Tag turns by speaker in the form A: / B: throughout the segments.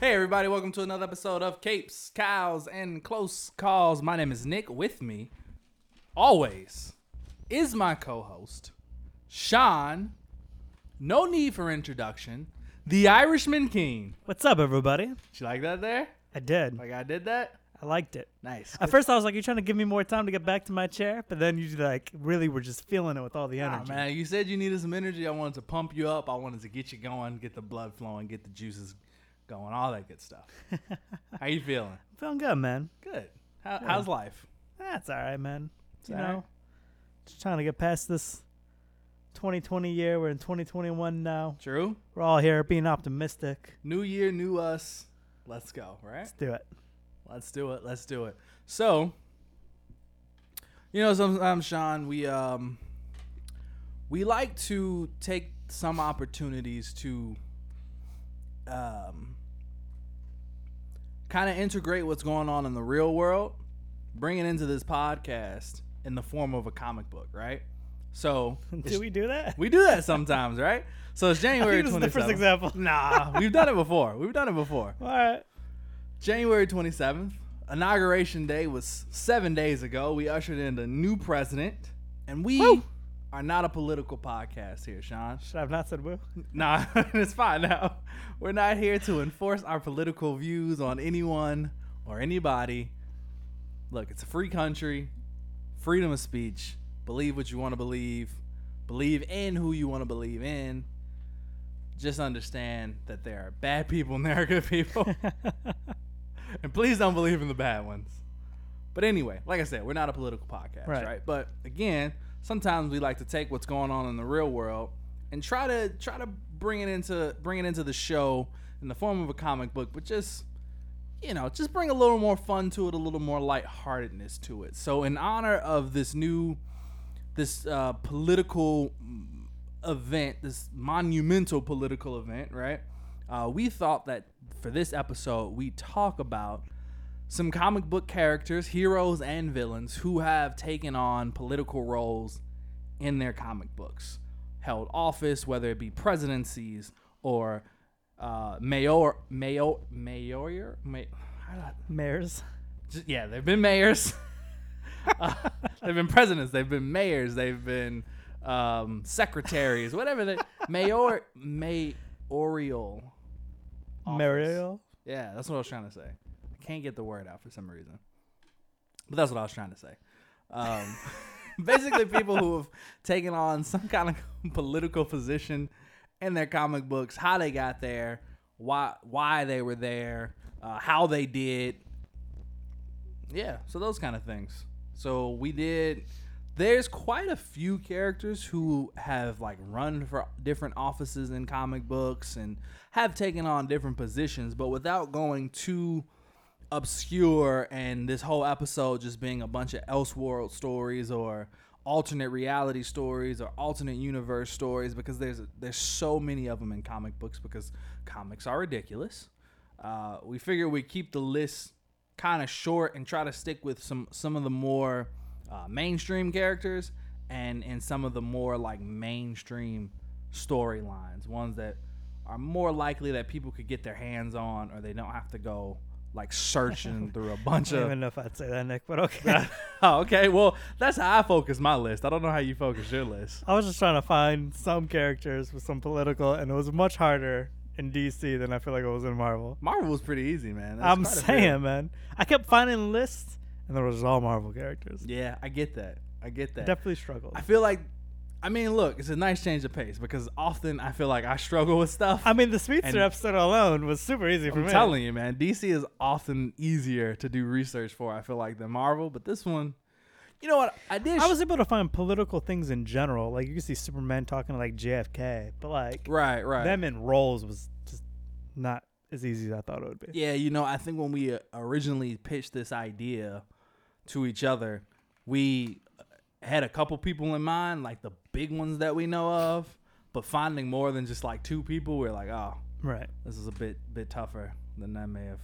A: Hey, everybody, welcome to another episode of Capes, Cows, and Close Calls. My name is Nick. With me, always, is my co host, Sean. No need for introduction, the Irishman King.
B: What's up, everybody?
A: Did you like that there?
B: I did.
A: Like I did that?
B: I liked it.
A: Nice.
B: At first, I was like, "You're trying to give me more time to get back to my chair," but then you like really were just feeling it with all the
A: Nah,
B: energy.
A: man, you said you needed some energy. I wanted to pump you up. I wanted to get you going, get the blood flowing, get the juices going, all that good stuff. How you feeling?
B: Feeling good, man.
A: Good. How, How's life?
B: That's all right, man. you
A: all
B: know,
A: right.
B: just trying to get past this 2020 year. We're in 2021 now.
A: True.
B: We're all here being optimistic.
A: New year, new us. Let's go. Right.
B: Let's do it.
A: Let's do it. Let's do it. So, you know, sometimes Sean, we um, we like to take some opportunities to um, kind of integrate what's going on in the real world, bring it into this podcast in the form of a comic book, right? So
B: do we do that?
A: we do that sometimes, right? So it's
B: I
A: January
B: think this is the
A: twenty
B: first
A: seventh.
B: example. Nah.
A: We've done it before. We've done it before.
B: all right.
A: January 27th, inauguration day was seven days ago. We ushered in the new president, and we
B: Woo!
A: are not a political podcast here, Sean.
B: Should I have not said woo?
A: Nah, it's fine now. We're not here to enforce our political views on anyone or anybody. Look, it's a free country, freedom of speech. Believe what you want to believe, believe in who you want to believe in. Just understand that there are bad people and there are good people. And please don't believe in the bad ones. But anyway, like I said, we're not a political podcast, right.
B: Right.
A: But again, sometimes we like to take what's going on in the real world and try to try to bring it into bring it into the show in the form of a comic book, but just you know, just bring a little more fun to it, a little more lightheartedness to it. So in honor of this new this uh, political mm, event, this monumental political event, right? Uh, we thought that for this episode, we talk about some comic book characters, heroes and villains, who have taken on political roles in their comic books, held office, whether it be presidencies or uh, mayor, mayor, mayor, mayor.
B: Mayors.
A: Just- yeah, they've been mayors. Uh, they've been presidents. They've been mayors. They've been um, secretaries. Whatever they mayor mayorial. office.
B: Mario.
A: Yeah, that's what I was trying to say. I can't get the word out for some reason, but that's what I was trying to say. Um, basically, people who have taken on some kind of political position in their comic books, how they got there, why why they were there, uh, how they did. Yeah, so those kind of things. So we did. There's quite a few characters who have like run for different offices in comic books and have taken on different positions, but without going too obscure and this whole episode just being a bunch of elseworld stories or alternate reality stories or alternate universe stories because there's there's so many of them in comic books because comics are ridiculous. Uh, we figure we keep the list kind of short and try to stick with some some of the more uh, mainstream characters and and some of the more like mainstream storylines, ones that are more likely that people could get their hands on or they don't have to go like searching through a bunch
B: I don't
A: of
B: even know if I'd say that, Nick, but okay.
A: oh, okay. Well, that's how I focus my list. I don't know how you focus your list.
B: I was just trying to find some characters with some political, and it was much harder in DC than I feel like it was in Marvel.
A: Marvel was pretty easy, man. There's
B: I'm
A: quite a few.
B: saying, man. I kept finding lists, and there was all Marvel characters.
A: Yeah, I get that. I get that.
B: Definitely struggled.
A: I feel like, I mean, look, it's a nice change of pace because often I feel like I struggle with stuff.
B: I mean, the Speedster
A: And-
B: episode alone was super easy for
A: I'm
B: me.
A: telling you, man, DC is often easier to do research for. I feel like than Marvel, but this one, you know what? I did.
B: I was able to find political things in general. Like you can see Superman talking to like JFK, but like
A: right, right.
B: them in roles was just not as easy as I thought it would be.
A: Yeah, you know, I think when we uh, originally pitched this idea to each other, we had a couple people in mind, like the big ones that we know of, but finding more than just like two people, we're like, oh,
B: Right.
A: this is a bit bit tougher than I may have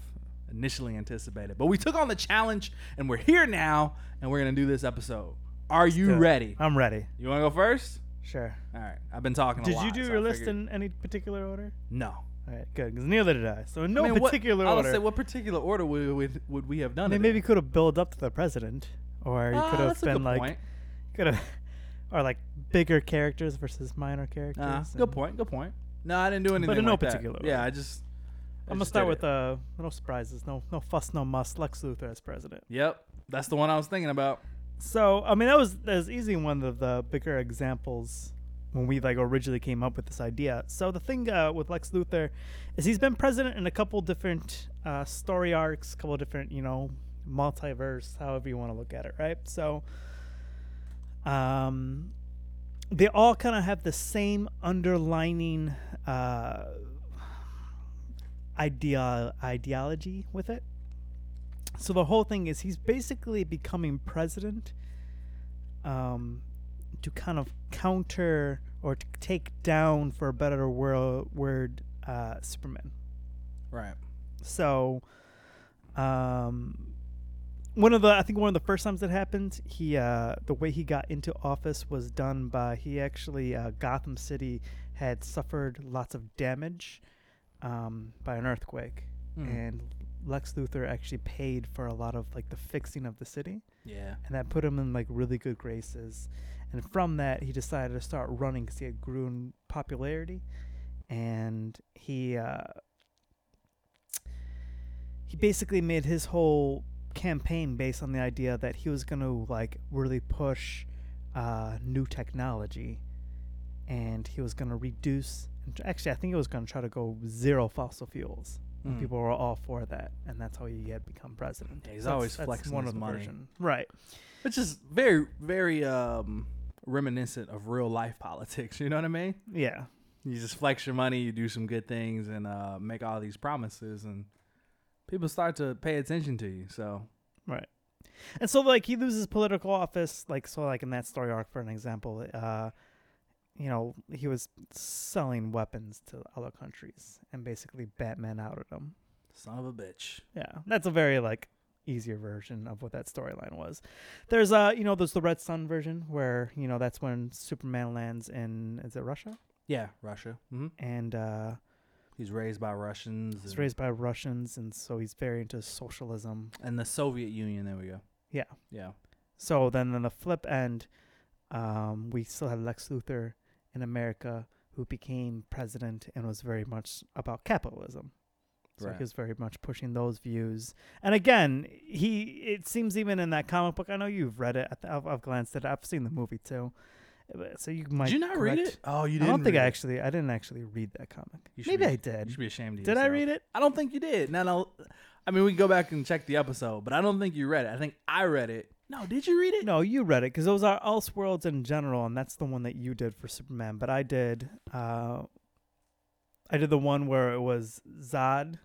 A: initially anticipated. But we took on the challenge, and we're here now, and we're gonna do this episode. Are you
B: do it.
A: ready?
B: I'm ready.
A: You wanna go first?
B: Sure.
A: All right, I've been talking. a
B: Did
A: lot,
B: you do
A: so I
B: your list
A: figured-
B: in any particular order?
A: No.
B: All right, good. Because neither did I. So in no
A: I mean, what-
B: particular
A: I would
B: order.
A: say, what particular order would would, would we have done
B: they
A: it? Uh,
B: maybe could have built up to the president, or
A: Ah,
B: you could have been like, could have, or like bigger characters versus minor characters.
A: Nah,
B: and-
A: Ah, Uh, good point. Good point. No, I didn't do anything.
B: in no
A: like that.
B: particular
A: Yeah,
B: order.
A: I just. I
B: I'm gonna
A: just
B: start
A: did it.
B: with uh, no surprises, no no fuss, no muss. Lex Luthor as president.
A: Yep, that's the one I was thinking about.
B: So I mean that was that was easy one of the bigger examples when we like originally came up with this idea. So the thing uh, with Lex Luthor is he's been president in a couple different uh, story arcs, couple different you know multiverse, however you want to look at it, right? So um, they all kind of have the same underlining uh, idea ideology with it. So the whole thing is he's basically becoming president um, to kind of counter or to take down, for a better wor- word, uh, Superman.
A: Right.
B: So, um, one of the I think one of the first times that happened, he uh, the way he got into office was done by he actually uh, Gotham City had suffered lots of damage um, by an earthquake,
A: Hmm.
B: and Lex Luthor actually paid for a lot of like the fixing of the city,
A: Yeah.
B: and that put him in like really good graces. And from that, he decided to start running because he had grown popularity, and he uh, he basically made his whole campaign based on the idea that he was going to like really push uh, new technology, and he was going to reduce. Actually, I think he was going to try to go zero fossil fuels. And
A: Mm.
B: people were all for that, and that's how he had become president.
A: Yeah, he's always flexing his
B: the
A: money.
B: version. right?
A: Which is very, very um, reminiscent of real life politics. You know what I mean?
B: Yeah,
A: You just flex your money, you do some good things, and uh, make all these promises, and people start to pay attention to you. So
B: and so like he loses political office, like so like in that story arc, for an example, uh, you know he was selling weapons to other countries, and basically Batman outed him.
A: son of a bitch.
B: Yeah, that's a very like easier version of what that storyline was. There's uh you know there's the Red Sun version where you know that's when Superman lands in is it Russia
A: Yeah, Russia. hmm
B: and uh
A: He's raised by Russians.
B: he's
A: and-
B: raised by Russians and so he's very into socialism
A: and the Soviet Union. There we go.
B: Yeah.
A: Yeah.
B: So then on the flip end, um, we still had Lex Luthor in America who became president and was very much about capitalism. So
A: Right.
B: he was very much pushing those views. And again, he it seems even in that comic book. I know you've read it. I th- I've, I've glanced at it. I've seen the movie too. Uh, So you might.
A: Did you not read
B: correct-
A: it? Oh, you
B: I
A: didn't.
B: don't think
A: read
B: I
A: it.
B: actually. I didn't actually read that comic.
A: You should
B: Maybe
A: read
B: I
A: You
B: did.
A: should be ashamed of
B: Did I
A: yourself.
B: read it?
A: I don't think you did. No, no. I mean, we can go back and check the episode, but I don't think you read it. I think I read it. No, did you read it?
B: No, you read it because those are Elseworlds in general, and that's the one that you did for Superman. But I did, uh, I did the one where it was Zod.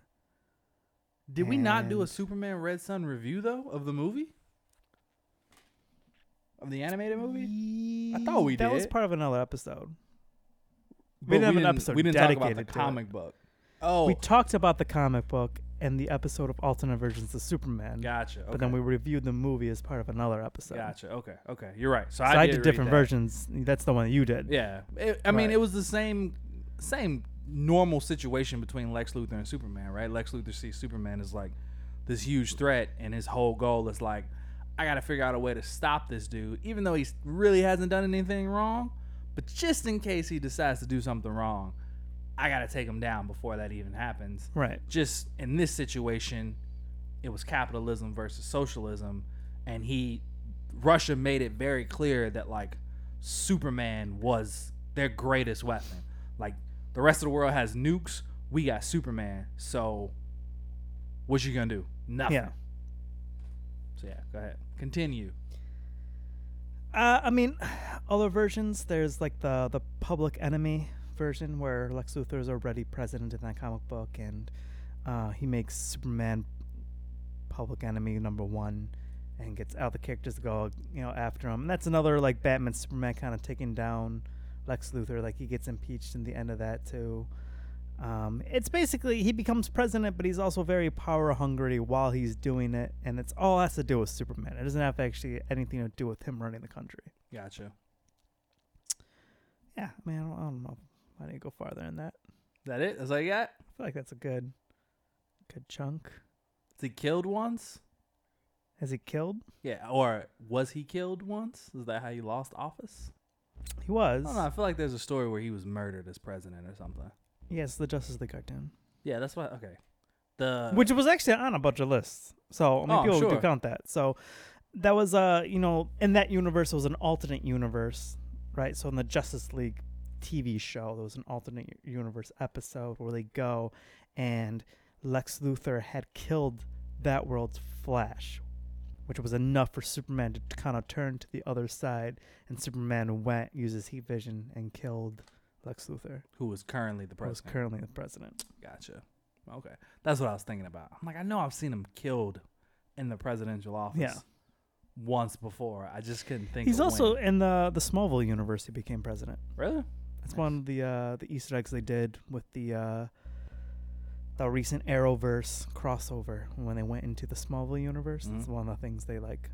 A: Did we not do a
B: And-
A: Superman Red Sun review though of the movie? Of the animated movie? I thought we
B: that was
A: did.
B: part of another episode.
A: But
B: We didn't have an episode
A: We didn't talk about the
B: dedicated to it.
A: comic book. Oh,
B: We talked about the comic book and the episode of alternate versions of Superman,
A: gotcha. Okay.
B: but then we reviewed the movie as part of another episode.
A: gotcha. Okay, okay, you're right. So,
B: So
A: I,
B: I,
A: did
B: did
A: read
B: different
A: that.
B: versions. That's the one that you did.
A: Yeah, It- I mean,
B: Right.
A: it was the same, same normal situation between Lex Luthor and Superman, right? Lex Luthor sees Superman as like this huge threat, and his whole goal is like, I got to figure out a way to stop this dude, even though he really hasn't done anything wrong. But just in case he decides to do something wrong, I got to take him down before that even happens.
B: Right.
A: Just in this situation, it was capitalism versus socialism, and he Russia made it very clear that like Superman was their greatest weapon. Like the rest of the world has nukes, we got Superman. So what you gonna do? Nothing.
B: Yeah.
A: So yeah, go ahead. Continue.
B: Uh, I mean, other versions. There's like the the public enemy version where Lex Luthor is already president in that comic book, and uh, he makes Superman public enemy number one, and gets all the characters to go, you know, after him. And that's another like Batman Superman kind of taking down Lex Luthor. Like he gets impeached in the end of that too. Um, it's basically he becomes president, but he's also very power hungry while he's doing it, and it's all has to do with Superman. It doesn't have actually anything to do with him running the country.
A: Gotcha.
B: Yeah, I mean, I don't, I don't know. I didn't go farther in that.
A: That it? That's all you got?
B: I feel like that's a good, good chunk.
A: Is he killed once?
B: Has he killed?
A: Yeah, or was he killed once? Is that how he lost office?
B: He was.
A: I don't know. I feel like there's a story where he was murdered as president or something.
B: Yes, the Justice League cartoon,
A: Yeah, that's why. Okay. The
B: which was actually on a bunch of lists. So I mean,
A: Oh, I'm
B: people do
A: sure.
B: count that. So that was uh, you know, in that universe it was an alternate universe, right? So in the Justice League TV show, there was an alternate u- universe episode where they go and Lex Luthor had killed that world's Flash, which was enough for Superman to kind of turn to the other side, and Superman went uses heat vision and killed Lex Luthor,
A: who was currently the
B: who was
A: president?
B: currently the president.
A: gotcha. Okay, that's what I was thinking about. I'm like, I know I've seen him killed in the presidential office.
B: Yeah.
A: Once before, I just couldn't think.
B: He's
A: of
B: also
A: when.
B: in the the Smallville universe. He became president.
A: really.
B: That's one of the uh, the Easter eggs they did with the uh, the recent Arrowverse crossover when they went into the Smallville universe. That's
A: Mhm.
B: one of the things they like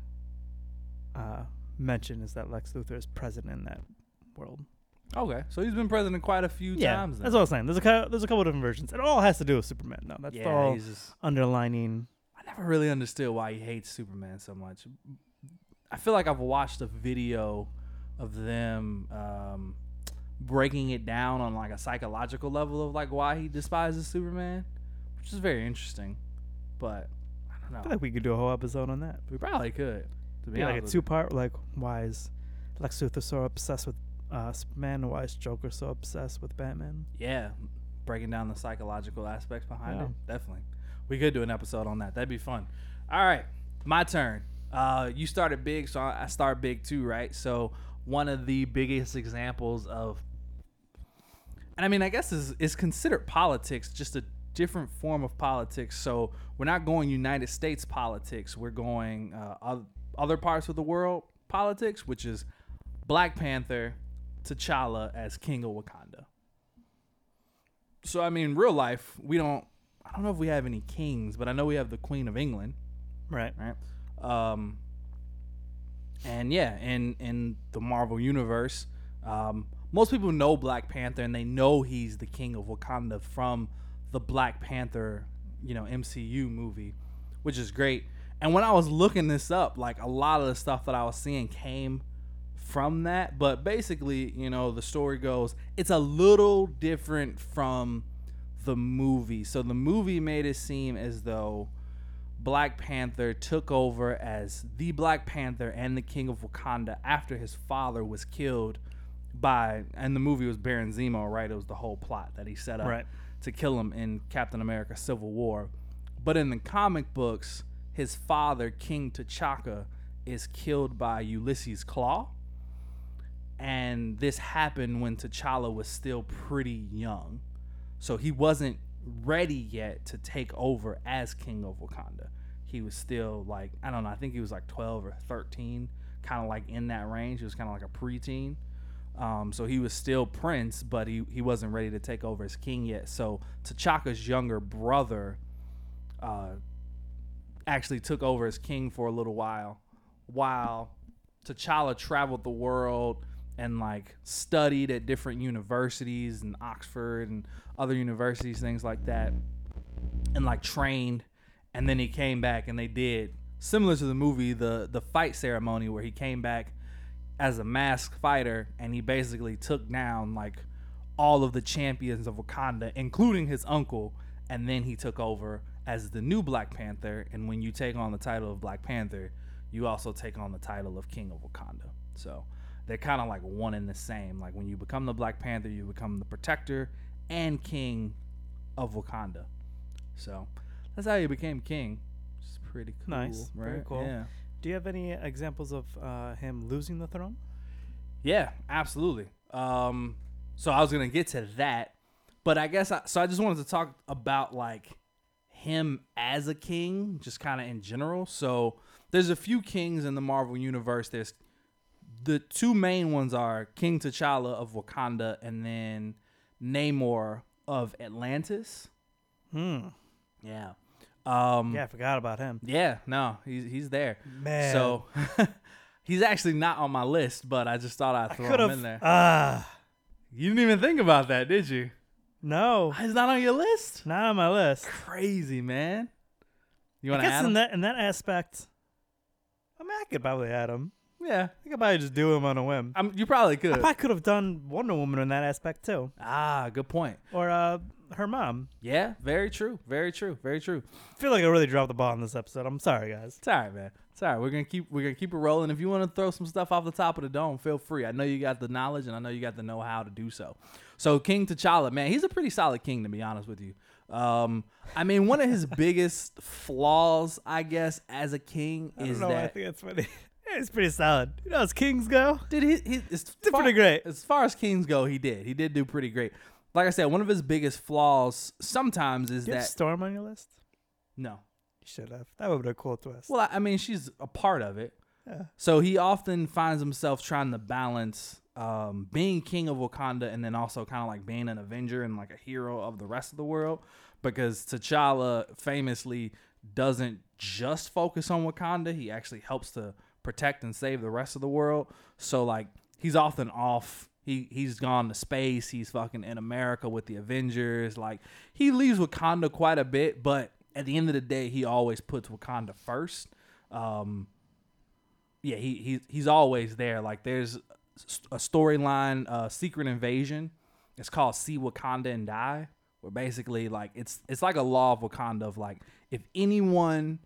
B: uh, mention is that Lex Luthor is president in that world.
A: Okay, so he's been president quite a few times.
B: that's
A: then.
B: what I'm saying. There's a cou- there's a couple different versions. It all has to do with Superman. though. that's the
A: yeah,
B: all
A: he's just.
B: underlining.
A: I never really understood why he hates Superman so much. I feel like I've watched a video of them um, breaking it down on like a psychological level of like why he despises Superman, which is very interesting. But I
B: I
A: don't
B: feel
A: know.
B: like we could do a whole episode on that.
A: We probably could. To be
B: Be like a
A: honest,
B: two
A: with
B: part like why is Lex Luthor so obsessed with uh, Superman? and Why is Joker so obsessed with Batman?
A: you. yeah, breaking down the psychological aspects behind it.
B: Yeah.
A: Definitely, we could do an episode on that. That'd be fun. All right, my turn. Uh, you started big, so I I start big too, right? So one of the biggest examples of, and I mean, I guess is is considered politics, just a different form of politics. So we're not going United States politics. We're going uh, oth- other parts of the world politics, which is Black Panther, T'Challa as King of Wakanda. So I mean, real life, we don't. I don't know if we have any kings, but I know we have the Queen of England
B: Right.
A: right? Um, and yeah, in in the Marvel universe, um, most people know Black Panther and they know he's the king of Wakanda from the Black Panther, you know, MCU movie, which is great. And when I was looking this up, like a lot of the stuff that I was seeing came from that, but basically, you know, the story goes it's a little different from the movie. So the movie made it seem as though Black Panther took over as the Black Panther and the King of Wakanda after his father was killed by, and the movie was Baron Zemo, right? It was the whole plot that he set up
B: Right.
A: to kill him in Captain America Civil War. But in the comic books, his father, King T'Chaka, is killed by Ulysses Claw. And this happened when T'Challa was still pretty young. So he wasn't ready yet to take over as king of Wakanda. He was still like I don't know. I think he was like twelve or thirteen, kind of like in that range. He was kind of like a preteen. Um, so he was still prince, but he he wasn't ready to take over as king yet. So T'Chaka's younger brother uh, actually took over as king for a little while, while T'Challa traveled the world and like studied at different universities and Oxford and other universities, things like that, and like trained. And then he came back and they did similar to the movie, the the fight ceremony where he came back as a masked fighter and he basically took down like all of the champions of Wakanda, including his uncle, and then he took over as the new Black Panther. And when you take on the title of Black Panther, you also take on the title of King of Wakanda. So they're kind of like one and the same. Like when you become the Black Panther, you become the protector and king of Wakanda. So that's how he became king. It's pretty cool.
B: Nice. Very
A: right?
B: cool.
A: Yeah.
B: Do you have any examples of uh, him losing the throne?
A: Yeah, absolutely. Um, so I was gonna get to that, but I guess I, so. I just wanted to talk about like him as a king, just kind of in general. So there's a few kings in the Marvel universe. There's the two main ones are King T'Challa of Wakanda and then Namor of Atlantis.
B: Hmm.
A: Yeah. Um,
B: Yeah,
A: yeah.
B: I forgot about him.
A: No, he's he's there.
B: Man.
A: So he's actually not on my list, but I just thought I'd throw
B: could
A: him in
B: have.
A: there.
B: Ah.
A: You didn't even think about that, did you? Ah,
B: no.
A: He's not on your list.
B: Not on my list.
A: Crazy man. You
B: I
A: want to
B: guess
A: add
B: in
A: him?
B: that in that aspect, I mean, I could probably add him.
A: yeah,
B: I could probably just do him on a whim.
A: i you probably could.
B: I probably could have done Wonder Woman in that aspect too,
A: ah, good point.
B: or uh, her mom.
A: Yeah, very true. Very true. Very true.
B: I feel like I really dropped the ball in this episode. I'm sorry, guys.
A: It's all right, man. It's all right. We're gonna keep we're gonna keep it rolling. If you want to throw some stuff off the top of the dome, feel free. I know you got the knowledge and I know you got the know how to do so. So King T'Challa, man, he's a pretty solid king to be honest with you. Um, I mean, one of his biggest flaws, I guess, as a king
B: I
A: is
B: don't know. Why I
A: that
B: think that's funny. it's pretty solid. You know, as kings go,
A: did he? he as
B: Did
A: far-
B: pretty great.
A: As far as kings go, he did. He did do pretty great. Like I said, one of his biggest flaws sometimes is
B: do you have
A: that
B: Storm on your list?
A: no.
B: You should have. That would have been a cool twist.
A: Well, I- I mean, she's a part of it.
B: yeah.
A: So he often finds himself trying to balance um, being king of Wakanda and then also kind of like being an Avenger and like a hero of the rest of the world because T'Challa famously doesn't just focus on Wakanda, he actually helps to protect and save the rest of the world. So like he's often off. He, he's gone to space. He's fucking in America with the Avengers. Like, he leaves Wakanda quite a bit, but at the end of the day, he always puts Wakanda first. Um, yeah, he, he he's always there. Like there's s- a storyline, uh, Secret Invasion. It's called See Wakanda and Die. Where basically like it's it's like a law of Wakanda of like if anyone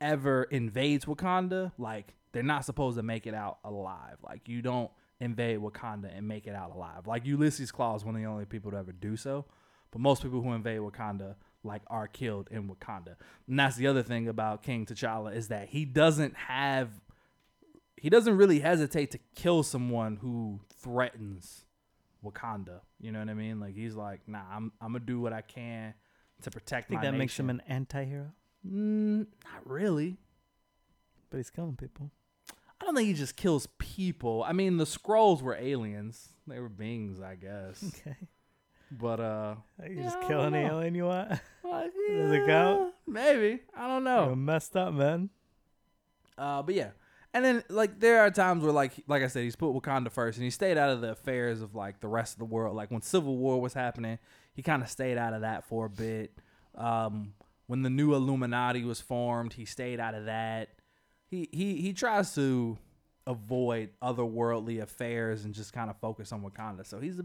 A: ever invades Wakanda, like they're not supposed to make it out alive. Like you don't invade Wakanda and make it out alive. Like Ulysses Claw is one of the only people to ever do so. But most people who invade Wakanda like are killed in Wakanda. And that's the other thing about King T'Challa is that he doesn't have he doesn't really hesitate to kill someone who threatens Wakanda. You know what I mean? Like he's like, nah, I'm I'm gonna do what I can to protect
B: I think
A: my
B: that makes him
A: nation.
B: an anti-hero,
A: Mm, not really.
B: but he's killing people.
A: I don't think he just kills people. I mean, the scrolls were aliens. They were beings, I guess.
B: Okay.
A: But uh,
B: You can
A: Yeah,
B: just
A: I
B: kill
A: don't
B: any
A: know.
B: alien you want.
A: like,
B: Does it count?
A: yeah, Maybe I don't know.
B: You're messed up, man.
A: Uh, but yeah, and then like there are times where like like I said, he's put Wakanda first, and he stayed out of the affairs of like the rest of the world. Like when Civil War was happening, he kind of stayed out of that for a bit. Um, when the new Illuminati was formed, he stayed out of that. He he he tries to avoid otherworldly affairs and just kind of focus on Wakanda. So he's a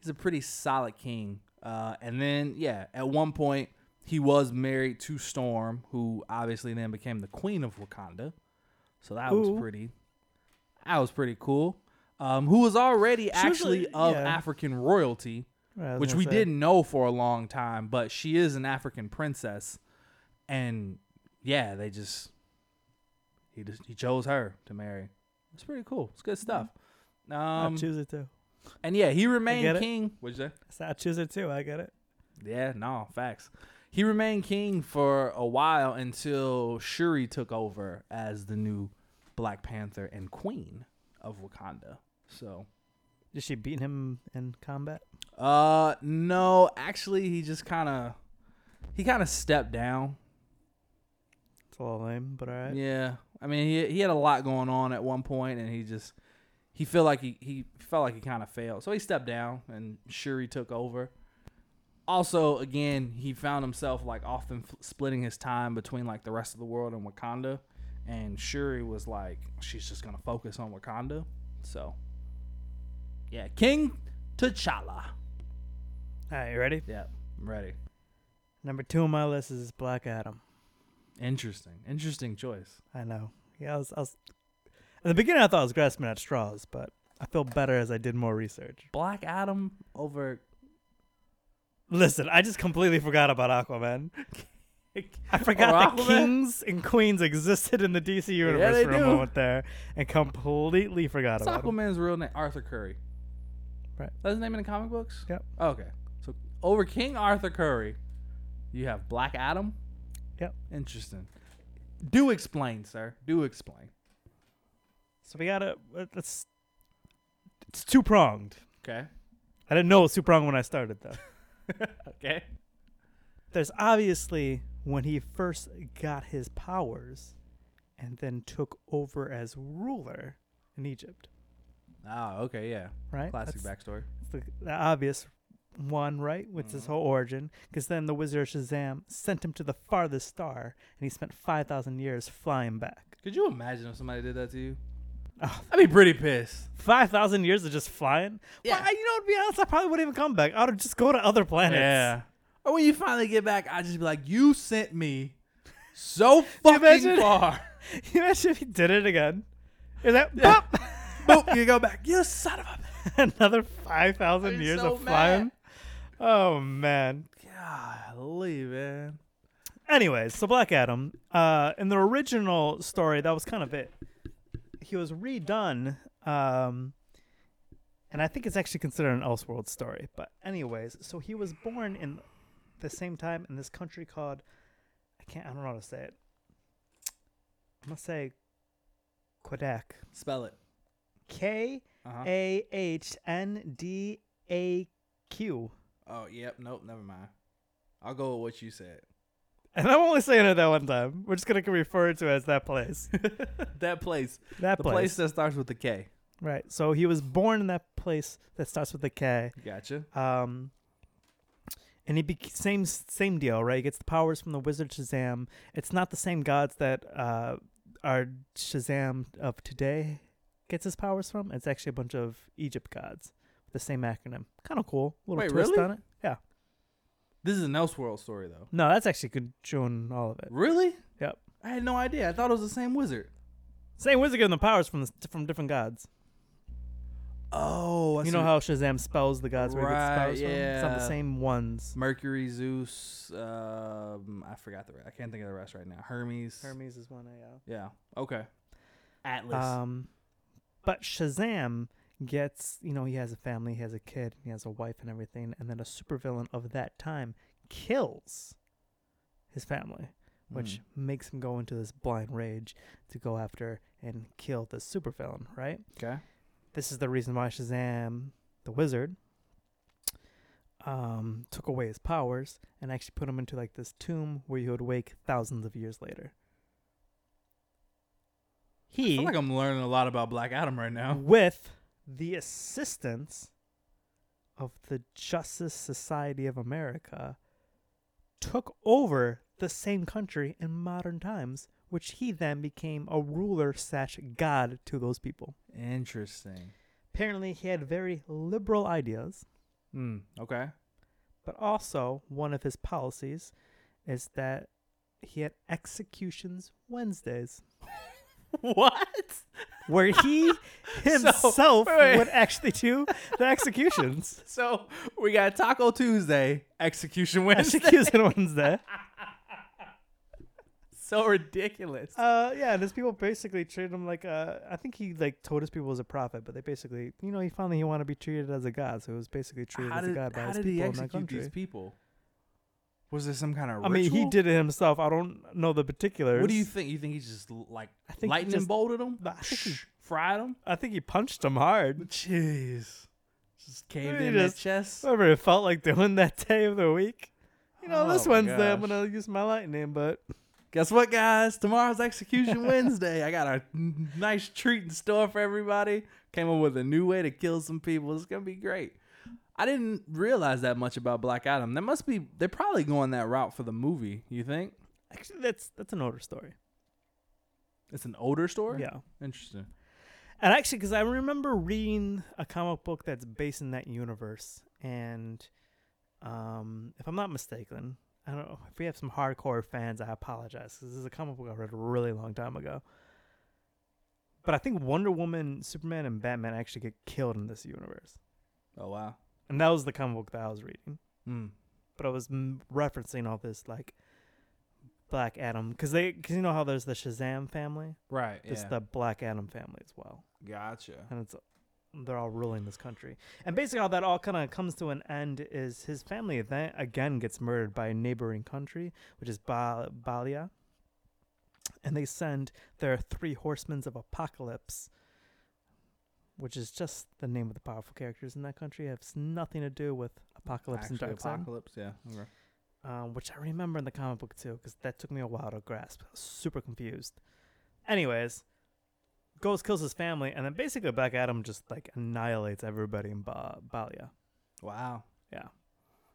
A: he's a pretty solid king. Uh, and then yeah, at one point he was married to Storm, who obviously then became the queen of Wakanda. So that
B: Ooh.
A: was pretty. That was pretty cool. Um, who was already
B: was a-
A: actually of
B: yeah.
A: African royalty,
B: Right, I was
A: which
B: gonna
A: we
B: say.
A: didn't know for a long time, but she is an African princess, and yeah, they just he just he chose her to marry. It's pretty cool. It's good stuff.
B: I
A: Um,
B: choose it too.
A: and yeah, he
B: get it.
A: remained king. What'd you say?
B: I said I choose it too. I get it.
A: Yeah, no, facts. He remained king for a while until Shuri took over as the new Black Panther and queen of Wakanda. So,
B: Did she beat him in combat?
A: uh no, actually he just kind of he kind of stepped down.
B: It's a little lame, but all right.
A: Yeah. I mean, he he had a lot going on at one point and he just he felt like he he felt like he kind of failed. So he stepped down and Shuri took over. Also, again, he found himself like often f- splitting his time between like the rest of the world and Wakanda, and Shuri was like she's just going to focus on Wakanda. So yeah, King T'Challa.
B: All right, you ready?
A: Yeah, I'm ready.
B: Number two on my list is Black Adam.
A: Interesting. Interesting choice.
B: I know. Yeah, I was, I was. At the beginning, I thought I was grasping at straws, but I feel better as I did more research.
A: Black Adam over
B: Listen, I just completely forgot about Aquaman. I forgot
A: Or
B: that
A: Aquaman?
B: kings and queens existed in the DC universe
A: they
B: for a
A: do.
B: moment there, and completely forgot
A: What's
B: about them.
A: Aquaman's real name? Arthur Curry.
B: Right.
A: That's his name in the comic books? Oh,
B: Yep.
A: okay. So over King Arthur Curry, you have Black Adam.
B: Yep.
A: Interesting. Do explain, sir. Do explain.
B: So we gotta. That's. It's two pronged.
A: Okay.
B: I didn't know it was two pronged when I started though.
A: Okay.
B: There's obviously when he first got his powers, and then took over as ruler in Egypt.
A: Oh, okay, yeah.
B: Right.
A: Classic
B: That's-
A: backstory.
B: It's the, the obvious one, right? With his
A: Mm-hmm.
B: whole origin, because then the Wizard of Shazam sent him to the farthest star, and he spent five thousand years flying back.
A: Could you imagine if somebody did that to you?
B: Oh.
A: I'd be pretty pissed.
B: Five thousand years of just flying.
A: Yeah.
B: Why- you know, to be honest, I probably wouldn't even come back. I would just go to other planets.
A: Or when you finally get back, I'd just be like, "You sent me so fucking
B: Imagine-
A: far."
B: You imagine if he did it again. Is that
A: Yeah. Boop, you go back. You son of a.
B: another five thousand
A: I'm
B: years
A: so
B: of flying? Oh man.
A: Golly, man.
B: Anyways, so Black Adam, uh, in the original story, that was kind of it. He was redone, um, and I think it's actually considered an Elseworld story. But anyways, so he was born in the same time in this country called I can't I don't know how to say it. I'm gonna say Quebec.
A: Spell it.
B: K
A: Uh-huh.
B: A H N D A Q.
A: Oh, yep. Nope. Never mind. I'll go with what you said.
B: And I'm only saying it that one time. We're just gonna refer to it as that place.
A: that place.
B: That
A: The
B: place.
A: place that starts with the K.
B: Right. So he was born in that place that starts with a K.
A: Gotcha.
B: Um, and he bec same same deal, right? He gets the powers from the wizard Shazam. It's not the same gods that uh, our Shazam of today gets his powers from. It's actually a bunch of Egypt gods with the same acronym. Kind of cool. Little
A: Wait,
B: twist
A: really?
B: on it. Yeah.
A: This is an Elseworld story, though.
B: No, that's actually good. June all of it.
A: Really?
B: Yep.
A: I had no idea. I thought it was the same wizard.
B: Same wizard getting the powers from the, from different gods.
A: Oh, I
B: you
A: see
B: know
A: what-
B: how Shazam spells the gods where he gets the
A: Right,
B: powers from? It's not the
A: yeah.
B: same ones.
A: Mercury, Zeus. Um, I forgot the. re- I can't think of the rest right now. Hermes.
B: Hermes is one I uh, know.
A: Yeah. Okay. Atlas.
B: Um, but Shazam gets, you know, he has a family, he has a kid, he has a wife and everything, and then a supervillain of that time kills his family,
A: Hmm.
B: which
A: Mm.
B: makes him go into this blind rage to go after and kill the supervillain, right?
A: okay.
B: This is the reason why Shazam, the wizard, um, took away his powers and actually put him into like this tomb where he would wake thousands of years later.
A: I
B: He
A: feel like I'm learning a lot about Black Adam right now.
B: with the assistance of the Justice Society of America, took over the same country in modern times, which he then became a ruler slash god to those people.
A: Interesting.
B: Apparently, he had very liberal ideas,
A: Mm, okay.
B: but also one of his policies is that he had executions Wednesdays,
A: what?
B: where he himself
A: wait.
B: would actually do the executions.
A: So we got Taco Tuesday, Execution Wednesday.
B: Execution Wednesday.
A: so ridiculous.
B: Uh, yeah, and his people basically treated him like uh, I think he like told his people he was a prophet, but they basically, you know, he finally he wanted to be treated as a god, so he was basically treated
A: how
B: as a
A: did,
B: god by
A: how
B: his
A: did he
B: people in that
A: execute
B: country.
A: these people? Was there some kind of?
B: I mean, he
A: ritual?
B: did it himself. I don't know the particulars.
A: What do you think? You think he just like
B: I think he
A: lightning
B: just-
A: bolted him,
B: I think he-
A: fried him?
B: I think he punched him hard.
A: Jeez, just caved
B: He
A: in
B: just-
A: the chest.
B: Whatever it felt like doing that day of the week. You know,
A: Oh
B: this
A: my
B: Wednesday I'm
A: gosh.
B: gonna use my lightning, but
A: Guess what, guys? Tomorrow's Execution Wednesday. I got a n- nice treat in store for everybody. Came up with a new way to kill some people. It's gonna be great. I didn't realize that much about Black Adam. That must be they're probably going that route for the movie. You think
B: actually, that's that's an older story.
A: it's an older story?
B: Yeah,
A: interesting.
B: And actually, because I remember reading a comic book that's based in that universe, and um, if I'm not mistaken, I don't know if we have some hardcore fans. I apologize 'cause this is a comic book I read a really long time ago. But I think Wonder Woman, Superman, and Batman actually get killed in this universe,
A: Oh wow.
B: and that was the comic book that I was reading.
A: Mm.
B: But I was m- referencing all this like Black Adam because they because you know how there's the Shazam family,
A: Right.
B: there's
A: yeah.
B: the Black Adam family as well
A: Gotcha.
B: and it's they're all ruling this country. And basically, how that all kind of comes to an end is his family then again gets murdered by a neighboring country, which is ba- Balia. and they send their three horsemen of apocalypse, which is just the name of the powerful characters in that country. It has nothing to do with apocalypse
A: Actually,
B: and Darkseid
A: apocalypse. Yeah. Okay.
B: um, which I remember in the comic book too, because that took me a while to grasp. I was super confused. Anyways, goes kills his family, and then basically Black Adam just like annihilates everybody in ba- Balia.
A: Wow.
B: Yeah.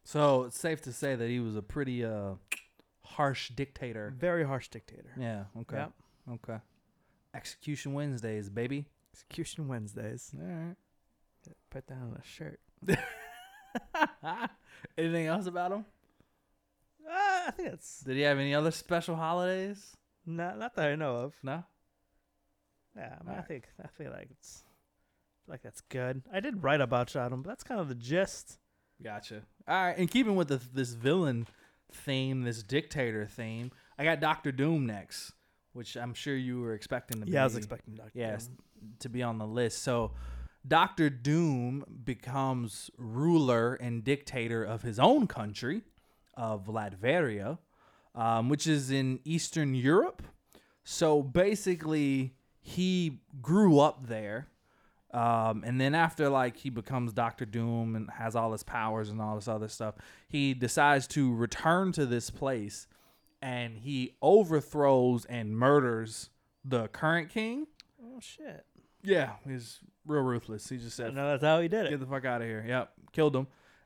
A: So it's safe to say that he was a pretty uh, harsh dictator.
B: Very harsh dictator.
A: Yeah. Okay.
B: Mm-hmm. Yep.
A: Okay. Execution Wednesdays, baby.
B: Execution Wednesdays.
A: All right.
B: Put that on a shirt.
A: Anything else about him?
B: Ah, I think that's
A: Did he have any other special holidays?
B: not not that I know of.
A: No.
B: Yeah, I, mean, I
A: Alright.
B: think I feel like it's like that's good. I did write about Shadow, but that's kind of the gist.
A: Gotcha. All right, and keeping with the, this villain theme, this dictator theme, I got Doctor Doom next, which I'm sure you were expecting to be.
B: Yeah, I was expecting Doctor.
A: yes, to be on the list. So Doctor Doom becomes ruler and dictator of his own country, of Latveria, um, which is in Eastern Europe. So basically, he grew up there. Um, and then after like he becomes Doctor Doom and has all his powers and all this other stuff, he decides to return to this place and he overthrows and murders the current king.
B: Oh shit!
A: Yeah, he's real ruthless. He just
B: I
A: said,
B: know that's how he did it.
A: "Get the fuck out of here." Yep, killed him,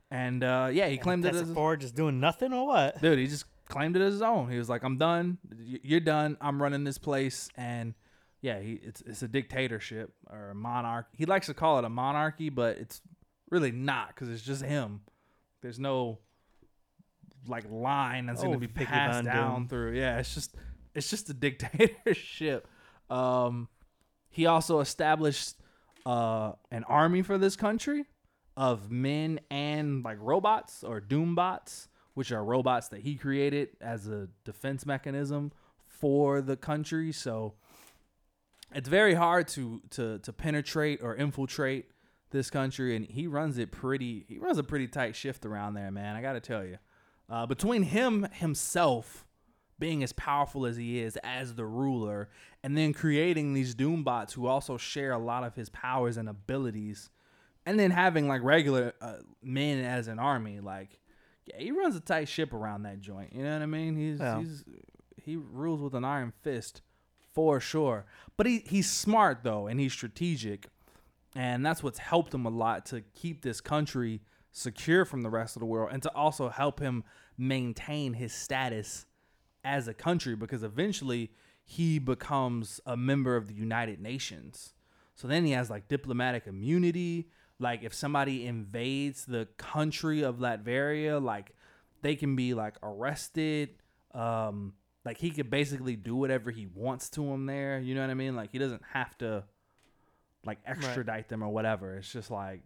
A: and uh, yeah, he claimed it
B: Fantastic
A: as
B: Four just doing nothing or what?
A: dude. He just claimed it as his own. He was like, "I'm done. Y- You're done. I'm running this place." And yeah, he, it's it's a dictatorship or a monarch. He likes to call it a monarchy, but it's really not because it's just him. There's no like line that's going
B: Oh,
A: to be
B: Vicky
A: passed
B: Von
A: down
B: Doom.
A: through. Yeah, it's just it's just a dictatorship. Um, he also established uh, an army for this country of men and like robots or doom bots, which are robots that he created as a defense mechanism for the country. So it's very hard to to to penetrate or infiltrate this country, and he runs it pretty. He runs a pretty tight shift around there, man. I got to tell you, uh, between him himself being as powerful as he is as the ruler, and then creating these Doombots who also share a lot of his powers and abilities, and then having like regular uh, men as an army, like yeah, he runs a tight ship around that joint. You know what I mean? He's,
B: Yeah.
A: he's he rules with an iron fist for sure. But he he's smart though, and he's strategic, and that's what's helped him a lot to keep this country secure from the rest of the world, and to also help him maintain his status as a country because eventually he becomes a member of the United Nations. So then he has like diplomatic immunity. Like if somebody invades the country of Latveria, like they can be like arrested. Um, like he could basically do whatever he wants to him there. You know what I mean? Like he doesn't have to like extradite them or whatever. It's just like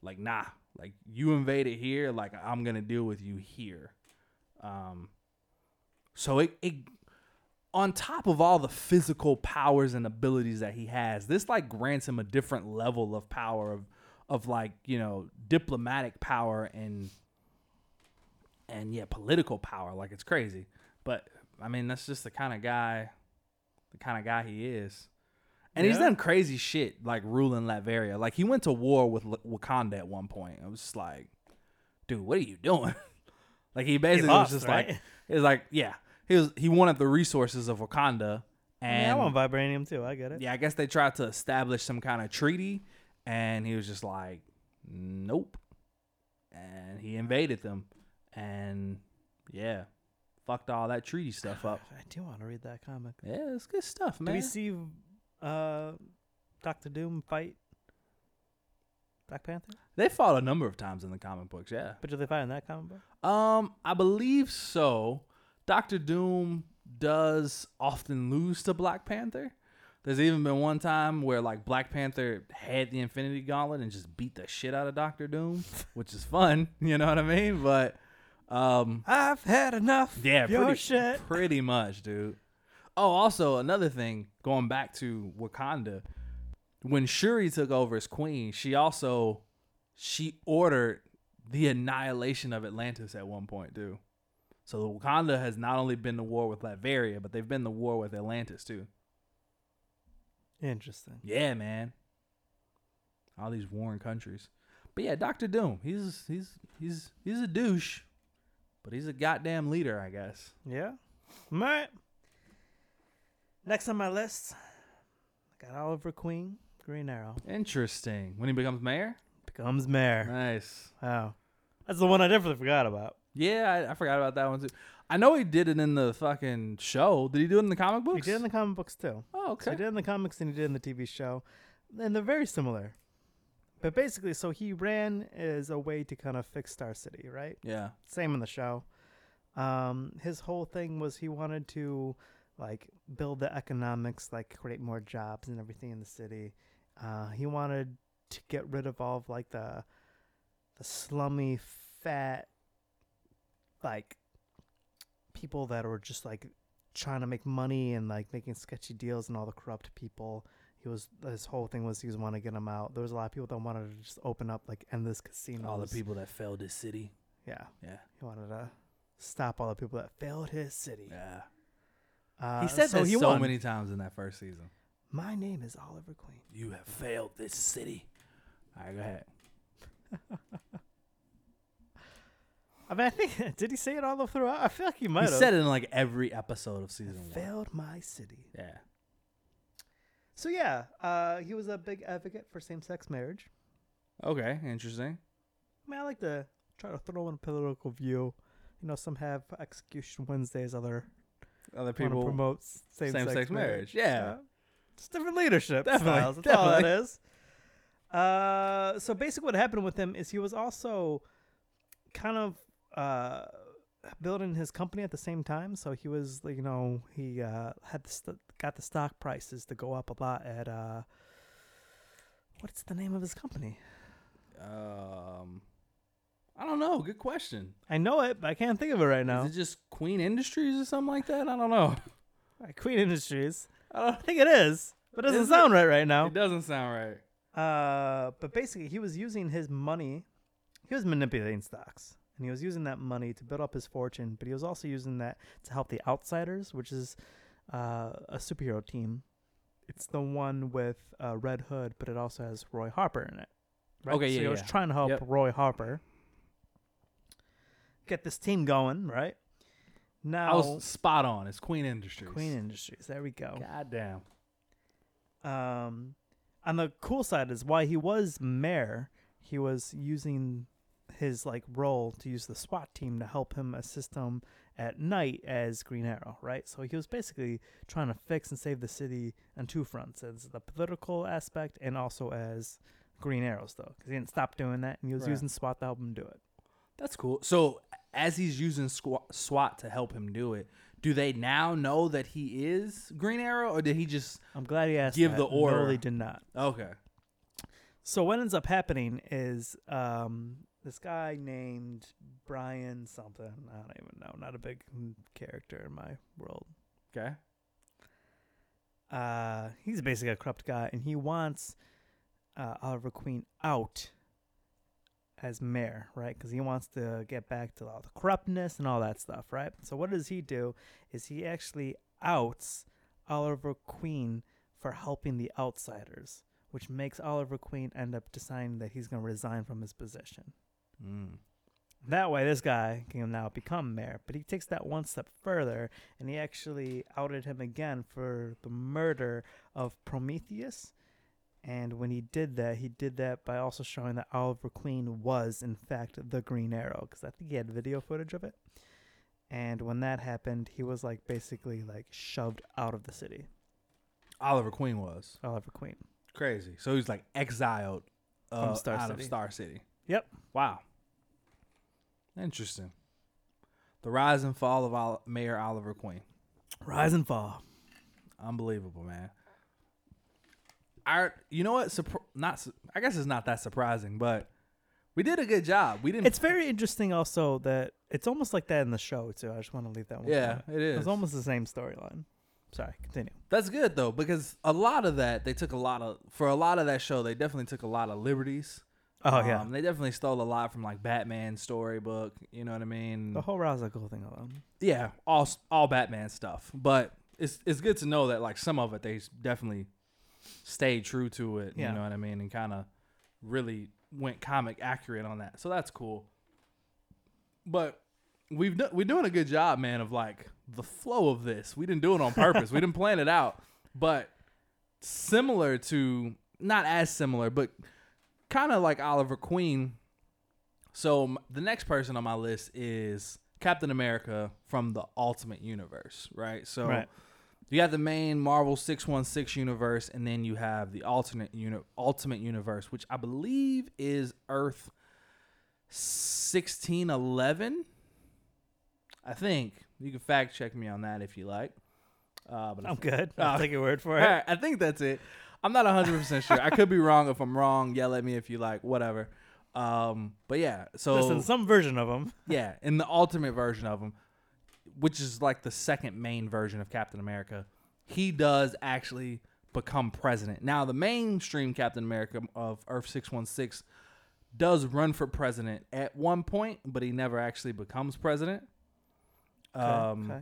A: like nah. Like you invaded here, like I'm gonna deal with you here. Um so it, it on top of all the physical powers and abilities that he has, this like grants him a different level of power of of like, you know, diplomatic power and and yeah, political power. Like it's crazy. But I mean, that's just the kind of guy the kind of guy he is. And he's
B: Yeah.
A: done crazy shit like ruling Latveria. Like he went to war with L- Wakanda at one point. I was just like, dude, what are you doing? like he basically
B: lost,
A: was just
B: right?
A: like it was like, yeah, he was he wanted the resources of Wakanda,
B: yeah, I
A: and
B: want vibranium too. I get it.
A: yeah, I guess they tried to establish some kind of treaty, and he was just like, nope, and he invaded them, and yeah, fucked all that treaty stuff up.
B: I do want to read that comic.
A: Yeah, it's good stuff,
B: Do
A: man.
B: we see uh, Doctor Doom fight Black Panther?
A: they fought a number of times in the comic books. Yeah,
B: But do they fight in that comic book?
A: um, I believe so. Doctor Doom does often lose to Black Panther. There's even been one time where like Black Panther had the Infinity Gauntlet and just beat the shit out of Doctor Doom, which is fun, you know what I mean? But um
B: I've had enough.
A: yeah,
B: of your
A: pretty,
B: shit.
A: pretty much, dude. Oh, also another thing, going back to Wakanda, when Shuri took over as queen, she also she ordered the annihilation of Atlantis at one point, too. So Wakanda has not only been to war with Latveria, but they've been to war with Atlantis too.
B: Interesting.
A: Yeah, man. All these warring countries. But yeah, Doctor Doom, he's he's he's he's a douche, but he's a goddamn leader, I guess.
B: Yeah. All right. Next on my list, I got Oliver Queen, Green Arrow,
A: Interesting. When he becomes mayor?
B: becomes mayor.
A: Nice.
B: Wow. That's the one I definitely forgot about.
A: Yeah, I, I forgot about that one too. I know he did it in the fucking show. Did he do it in the comic
B: He
A: books?
B: did in the comic books too.
A: oh,
B: So
A: okay.
B: he did in the comics and he did in the TV show, and they're very similar. But basically, so he ran as a way to kind of fix Star City, right?
A: Yeah.
B: Same in the show. Um, his whole thing was he wanted to like build the economics, like create more jobs and everything in the city. Uh, he wanted to get rid of all of like the the slummy, fat, like people that were just like trying to make money and like making sketchy deals and all the corrupt people. He was his whole thing was he was wanting to get them out. There was a lot of people that wanted to just open up like endless casinos.
A: All the people that failed this city.
B: yeah,
A: Yeah.
B: he wanted to stop all the people that failed his city.
A: Yeah.
B: Uh,
A: he said
B: so
A: that
B: he
A: so
B: won.
A: many times in that first season.
B: My name is Oliver Queen.
A: You have failed this city. All right, go ahead.
B: I mean, I think did he say it all the throughout? I feel like he might
A: he
B: have
A: said it in like every episode of
B: "I
A: season one.
B: failed my city.
A: Yeah.
B: So yeah, uh, he was a big advocate for same-sex marriage.
A: Okay. Interesting.
B: I mean, I like to try to throw in a political view. You know, some have execution Wednesdays, other
A: Other
B: people
A: people.
B: promote same-sex,
A: same-sex marriage, yeah.
B: just different leadership
A: Definitely,
B: styles. That's all that is. Uh, so basically, what happened with him is he was also kind of uh, building his company at the same time. So he was, like, you know, he uh, had the st- got the stock prices to go up a lot at uh, what's the name of his company?
A: Um, I don't know. Good question.
B: I know it, but I can't think of it right now.
A: Is it just Queen Industries or something like that? I don't know.
B: Uh, Queen Industries.
A: I don't,
B: I think it is, but it doesn't
A: Is it?
B: sound right right now.
A: It doesn't sound right.
B: Uh, but basically, he was using his money. He was manipulating stocks, and he was using that money to build up his fortune. But he was also using that to help the Outsiders, which is uh, a superhero team. It's the one with uh, Red Hood, but it also has Roy Harper in it.
A: Okay,
B: so
A: yeah,
B: he was
A: yeah.
B: trying to help
A: Yep.
B: Roy Harper get this team going, right?
A: I
B: Now,
A: was spot on. It's Queen Industries.
B: Queen Industries. There we go.
A: God damn.
B: um on the cool side is why he was mayor he was using his like role to use the SWAT team to help him assist him at night as Green Arrow, right? So he was basically trying to fix and save the city on two fronts, as the political aspect and also as Green Arrow still, because he didn't stop doing that, and he was
A: Right.
B: using SWAT to help him do it.
A: That's cool. So as he's using squa- SWAT to help him do it, do they now know that he is Green Arrow, or did he just
B: I'm glad he asked.
A: Give
B: that.
A: the
B: No,
A: order.
B: they did not.
A: okay?
B: So what ends up happening is um, this guy named Brian something. I don't even know. Not a big character in my world.
A: Okay.
B: Uh, he's basically a corrupt guy, and he wants uh, Oliver Queen out as mayor, right? Because he wants to get back to all the corruptness and all that stuff, right? So what does he do? Is he actually outs Oliver Queen for helping the outsiders, which makes Oliver Queen end up deciding that he's going to resign from his position.
A: Mm.
B: That way, this guy can now become mayor. But he takes that one step further, and he actually outed him again for the murder of Prometheus. And when he did that, he did that by also showing that Oliver Queen was, in fact, the Green Arrow, because I think he had video footage of it. And when that happened, he was like basically like shoved out of the city.
A: Oliver Queen was
B: Oliver Queen.
A: crazy. So he's like exiled uh,
B: Star
A: out
B: City.
A: of Star City.
B: Yep.
A: Wow. Interesting. The rise and fall of Ol- Mayor Oliver Queen.
B: Rise and fall.
A: Unbelievable, man. Our, you know what? Surpr- not. su- I guess it's not that surprising, but we did a good job. We didn't.
B: It's very interesting, also that it's almost like that in the show too. I just want to leave that one.
A: yeah,
B: comment.
A: it is.
B: It's almost the same storyline. Sorry, continue.
A: That's good though, because a lot of that they took a lot of for a lot of that show they definitely took a lot of liberties.
B: Oh yeah,
A: Um, they definitely stole a lot from like Batman storybook. You know what I mean?
B: the whole Ra's al Ghul thing alone.
A: yeah, all all Batman stuff. But it's it's good to know that like some of it they s- definitely stayed true to it.
B: Yeah.
A: You know what I mean? And kind of really went comic accurate on that. So that's cool. But we've done, we're doing a good job, man, of like the flow of this. We didn't do it on purpose. we didn't plan it out. But similar to not as similar, but kind of like Oliver Queen. So m- the next person on my list is Captain America from the Ultimate Universe, right? So
B: Right.
A: you have the main Marvel 616 universe and then you have the alternate uni- Ultimate Universe, which I believe is Earth 1611. I think you can fact check me on that if you like. Uh, but I
B: I'm good. I'll
A: Uh,
B: take your word for
A: all
B: it.
A: right, I think that's it. I'm not 100% sure. I could be wrong. If I'm wrong, yell at me if you like, whatever. Um, but yeah, so
B: Listen, some version of him.
A: yeah, in the ultimate version of him, which is like the second main version of Captain America, he does actually become president. Now, the mainstream Captain America of Earth 616 does run for president at one point, but he never actually becomes president. Um,
B: okay.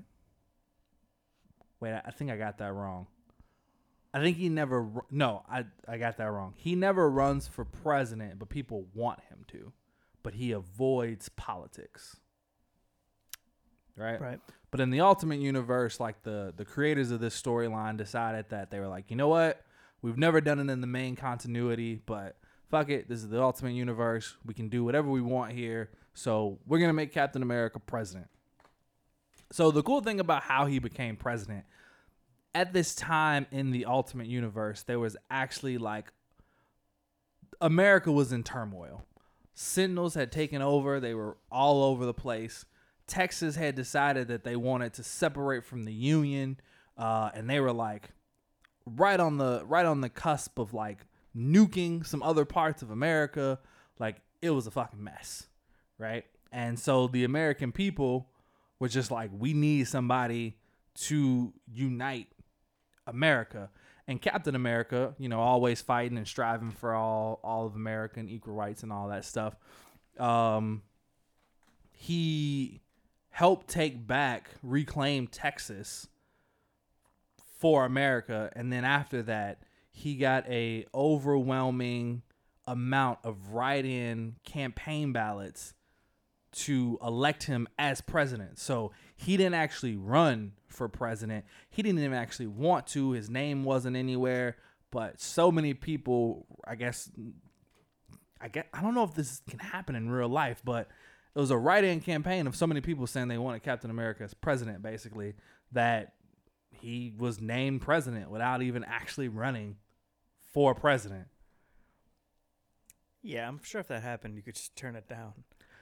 A: Wait, I- I think I got that wrong. I think he never. ru- No, I I got that wrong. He never runs for president, but people want him to. But he avoids politics. Right.
B: Right.
A: But in the Ultimate Universe, like the the creators of this storyline decided that they were like, you know what, we've never done it in the main continuity, but fuck it, this is the Ultimate Universe. We can do whatever we want here. So we're gonna make Captain America president. So the cool thing about how he became president at this time in the Ultimate Universe, there was actually like America was in turmoil. Sentinels had taken over. They were all over the place. Texas had decided that they wanted to separate from the Union, uh, and they were like right on the right on the cusp of like nuking some other parts of America. Like it was a fucking mess, right? And so the American people were just like, we need somebody to unite America. And Captain America, you know, always fighting and striving for all all of America and equal rights and all that stuff. Um, he helped take back, reclaim Texas for America, and then after that, he got a overwhelming amount of write-in campaign ballots to elect him as president. So he didn't actually run for president. He didn't even actually want to. His name wasn't anywhere. But so many people, I guess, I guess I don't know if this can happen in real life, but it was a write-in campaign of so many people saying they wanted Captain America as president, basically that he was named president without even actually running for president.
B: Yeah, I'm sure if that happened, you could just turn it down.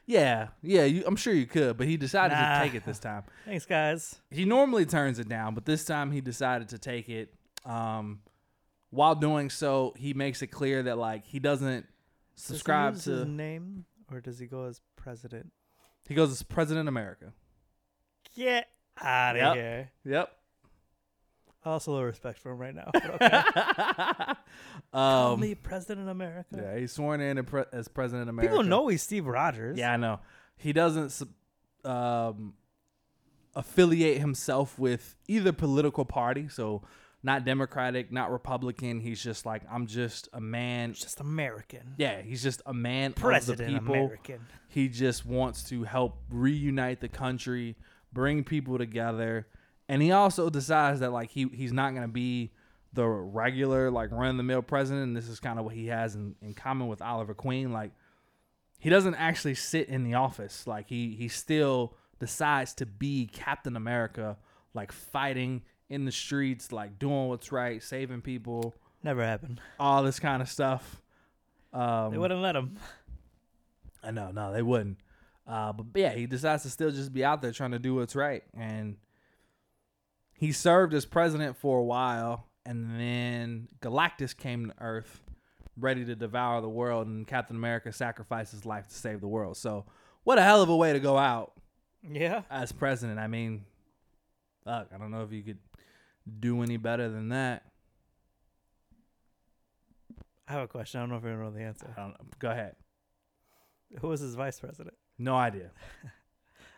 A: Yeah, yeah, you, I'm sure you could, but he decided
B: Nah.
A: to take it this time.
B: Thanks, guys.
A: he normally turns it down, but this time he decided to take it. Um, while doing so, he makes it clear that like he doesn't subscribe
B: does he use his
A: to.
B: name, or does he go as president?
A: He goes as President America.
B: Get out of
A: Yep.
B: here.
A: Yep.
B: I lost a little respect for him right now. But okay. Call
A: um,
B: me President America.
A: yeah, he's sworn in and pre- as President America.
B: People know he's Steve Rogers.
A: Yeah, I know. He doesn't sub- um, affiliate himself with either political party, so not Democratic, not Republican. He's just like I'm just a man
B: Just American.
A: Yeah, he's just a man
B: President
A: of the people.
B: American.
A: He just wants to help reunite the country, bring people together, and he also decides that like he he's not gonna be the regular like run of the mill president. And this is kind of what he has in, in common with Oliver Queen. Like he doesn't actually sit in the office. Like he he still decides to be Captain America, like fighting in the streets, like doing what's right, saving people,
B: Never happened.
A: all this kind of stuff. Um,
B: They wouldn't let him.
A: I know, no, they wouldn't. Uh, but yeah, he decides to still just be out there trying to do what's right, and he served as president for a while, and then Galactus came to Earth, ready to devour the world, and Captain America sacrificed his life to save the world. So, what a hell of a way to go out
B: Yeah.
A: as president. I mean, fuck, I don't know if you could do any better than that.
B: I have a question. I don't know if you know the answer.
A: I don't know. Go ahead.
B: Who was his vice president?
A: No idea.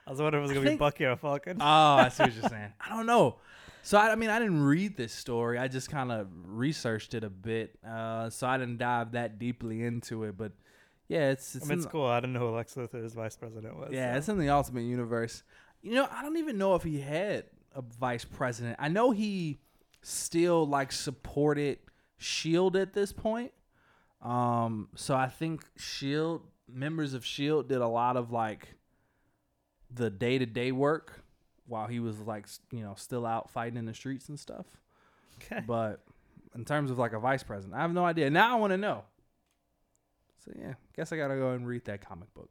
B: I was wondering if it was
A: I
B: going to be
A: think-
B: Bucky or Falcon.
A: Oh, I see what you're saying. I don't know. So I, I mean, I didn't read this story. I just kind of researched it a bit. Uh, so I didn't dive that deeply into it. But yeah, it's
B: I
A: it's,
B: mean,
A: in,
B: it's
A: the-
B: cool. I didn't know who Lex Luthor's vice president was.
A: yeah,
B: so.
A: it's in the Ultimate Universe. You know, I don't even know if he had a vice president. I know he still like supported Shield E at this point. Um, so I think Shield members of Shield E did a lot of like the day to day work while he was like s- you know still out fighting in the streets and stuff.
B: okay.
A: But in terms of like a vice president, I have no idea. Now I want to know. So yeah, guess I gotta go and read that comic book.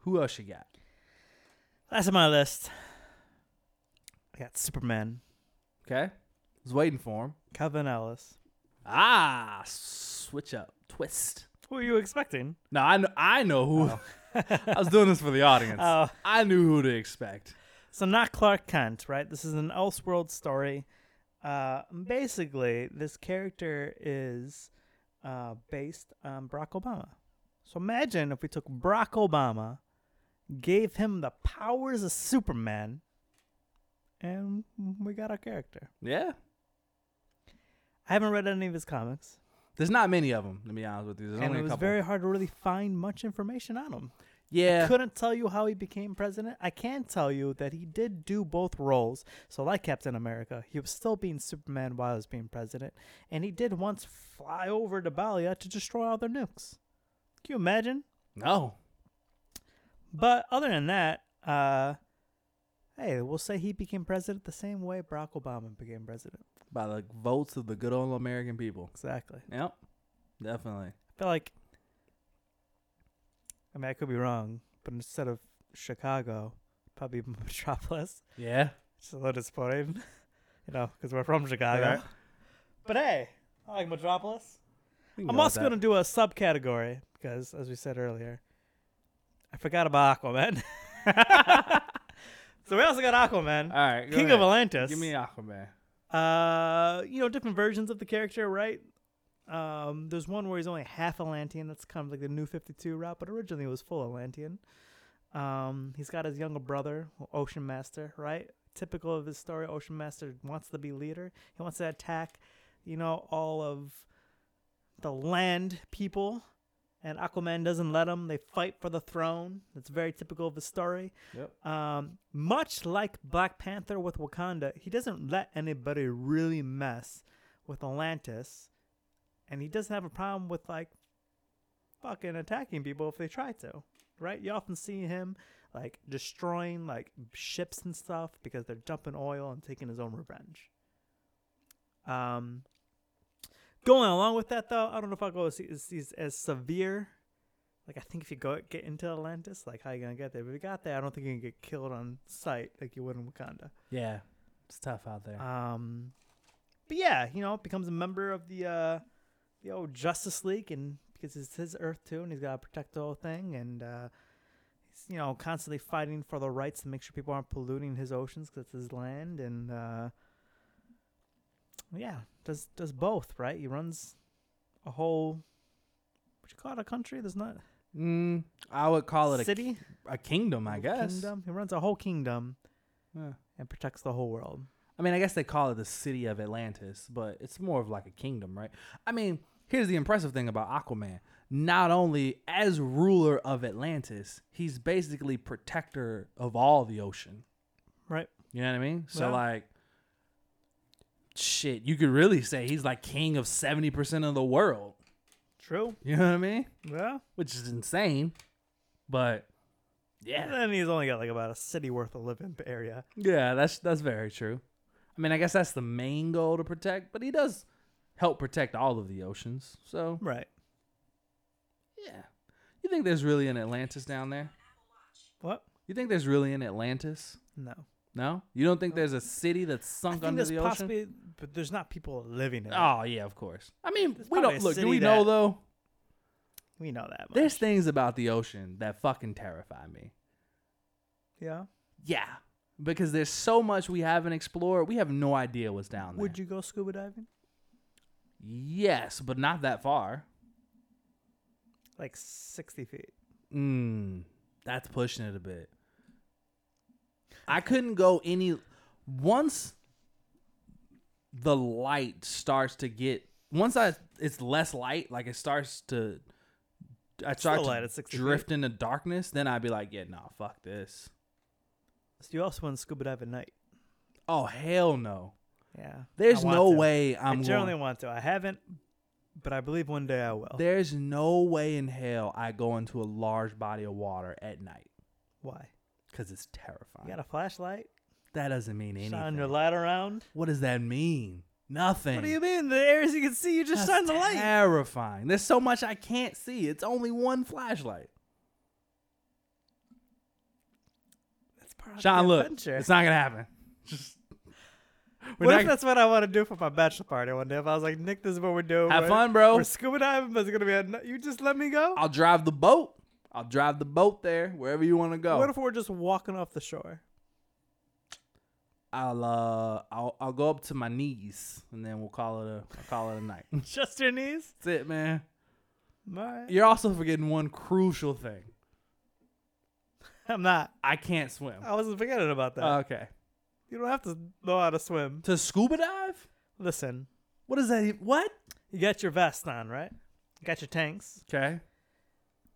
A: Who else you got?
B: That's on my list. I got Superman,
A: Okay, was waiting for him.
B: Calvin Ellis.
A: Ah, switch up, twist.
B: Who are you expecting?
A: No, I know, I know who. I was doing this for the audience.
B: Oh.
A: I knew who to expect.
B: So not Clark Kent, right? This is an Elseworld story. Uh, basically, this character is uh, based on Barack Obama. So imagine if we took Barack Obama, gave him the powers of Superman, and we got our character.
A: Yeah,
B: I haven't read any of his comics,
A: there's not many of them to be honest with you. There's
B: and
A: only
B: it
A: a
B: was
A: couple.
B: very hard to really find much information on him.
A: yeah,
B: couldn't tell you how he became president. I can tell you that he did do both roles. So, like Captain America, he was still being Superman while he was being president, and he did once fly over to Balia to destroy all their nukes. Can you imagine?
A: no.
B: But other than that, uh, hey, we'll say he became president the same way Barack Obama became president.
A: By the votes of the good old American people.
B: Exactly.
A: Yep, definitely.
B: I feel like, I mean, I could be wrong, but instead of Chicago, probably Metropolis.
A: Yeah.
B: It's a little disappointing, you know, because we're from Chicago.
A: Right.
B: But hey, I like Metropolis.
A: We can
B: I'm
A: go with
B: also
A: that.
B: going to do a subcategory because, as we said earlier, I forgot about Aquaman. so we also got Aquaman,
A: All right, go
B: King of
A: ahead.
B: Atlantis.
A: Give me Aquaman.
B: uh, you know, different versions of the character, right? Um, there's one where he's only half Atlantean. That's kind of like the new 52 route, but originally it was full Atlantean. Um, he's got his younger brother, Ocean Master, right? Typical of his story, Ocean Master wants to be leader. He wants to attack, you know, all of the land people, and Aquaman doesn't let him. They fight for the throne. That's very typical of the story.
A: Yep.
B: Um, much like Black Panther with Wakanda, he doesn't let anybody really mess with Atlantis, and he doesn't have a problem with like fucking attacking people if they try to. Right? You often see him like destroying like ships and stuff because they're dumping oil and taking his own revenge. Um, going along with that though, I don't know if I'll go as, as, as, as severe. Like I think if you go get into Atlantis, like how you gonna get there? But if you got there, I don't think you can get killed on sight like you would in Wakanda.
A: Yeah, it's tough out there.
B: Um, but yeah, you know, becomes a member of the uh, the old Justice League, and because it's his Earth too, and he's got to protect the whole thing, and uh, he's you know constantly fighting for the rights to make sure people aren't polluting his oceans because it's his land, and uh, yeah, does does both right? He runs a whole what you call it a country? There's not
A: mm, I would call it a,
B: city.
A: a kingdom, I
B: Whole
A: guess.
B: Kingdom. He runs a whole kingdom
A: Yeah.
B: and protects the whole world.
A: I mean, I guess they call it the city of Atlantis, but it's more of like a kingdom, right? I mean, here's the impressive thing about Aquaman. Not only as ruler of Atlantis, he's basically protector of all the ocean.
B: Right.
A: You know what I mean? So
B: Yeah.
A: like shit, you could really say he's like king of 70% of the world.
B: True.
A: You know what I mean?
B: Yeah.
A: Which is insane. But
B: And
A: yeah.
B: then he's only got like about a city worth of living area.
A: Yeah, that's that's very true. I mean, I guess that's the main goal to protect, but he does help protect all of the oceans. So,
B: Right.
A: yeah. You think there's really an Atlantis down there?
B: What?
A: You think there's really an Atlantis?
B: No.
A: No? You don't think there's a city that's
B: I
A: sunk
B: think
A: under
B: there's
A: the ocean?
B: possibly, but there's not people living in it.
A: Oh, yeah, of course. I mean,
B: There's
A: we
B: probably
A: don't
B: a
A: look, do
B: city
A: we know
B: that-
A: though?
B: We know that. Much.
A: There's things about the ocean that fucking terrify me.
B: yeah.
A: Yeah. Because there's so much we haven't explored. We have no idea what's down there.
B: Would you go scuba diving?
A: Yes, but not that far.
B: Like sixty feet.
A: Mm, that's pushing it a bit. I couldn't go any once the light starts to get once I it's less light, like it starts to I start
B: light
A: to
B: at 60 feet.
A: drift into darkness, then I'd be like, yeah, nah, fuck this.
B: So you also want to scuba dive at night.
A: Oh hell no.
B: Yeah.
A: There's
B: I want
A: no
B: to.
A: way
B: I
A: I'm
B: generally
A: going,
B: want to. I haven't, but I believe one day I will.
A: there's no way in hell I go into a large body of water at night
B: Why?
A: because it's
B: You
A: terrifying.
B: got a flashlight?
A: that doesn't mean
B: Shine
A: anything.
B: your light around?
A: what does that mean? Nothing.
B: What do you mean? The areas you can see, you just shine the light.
A: Terrifying. There's so much I can't see. It's only one flashlight.
B: That's part
A: Sean,
B: the
A: look,
B: adventure.
A: it's not gonna happen. Just we're
B: What
A: not
B: if that's what I want to do for my bachelor party one day? If I was like, Nick, this is what we're doing.
A: gonna- have
B: We're-
A: fun, bro.
B: We're scuba diving, but it's gonna be a. n- You just let me go.
A: I'll drive the boat. I'll drive the boat there wherever you want to go.
B: What if we're just walking off the shore?
A: I'll uh, I'll I'll go up to my knees and then we'll call it a I'll call it a night. That's
B: Just your knees.
A: it, man.
B: All right.
A: You're also forgetting one crucial thing.
B: I'm not.
A: I can't swim.
B: I wasn't forgetting about that.
A: Okay.
B: you don't have to know how to swim.
A: To scuba dive?
B: Listen,
A: What is that? e- What?
B: you got your vest on, right? You got your tanks.
A: Okay.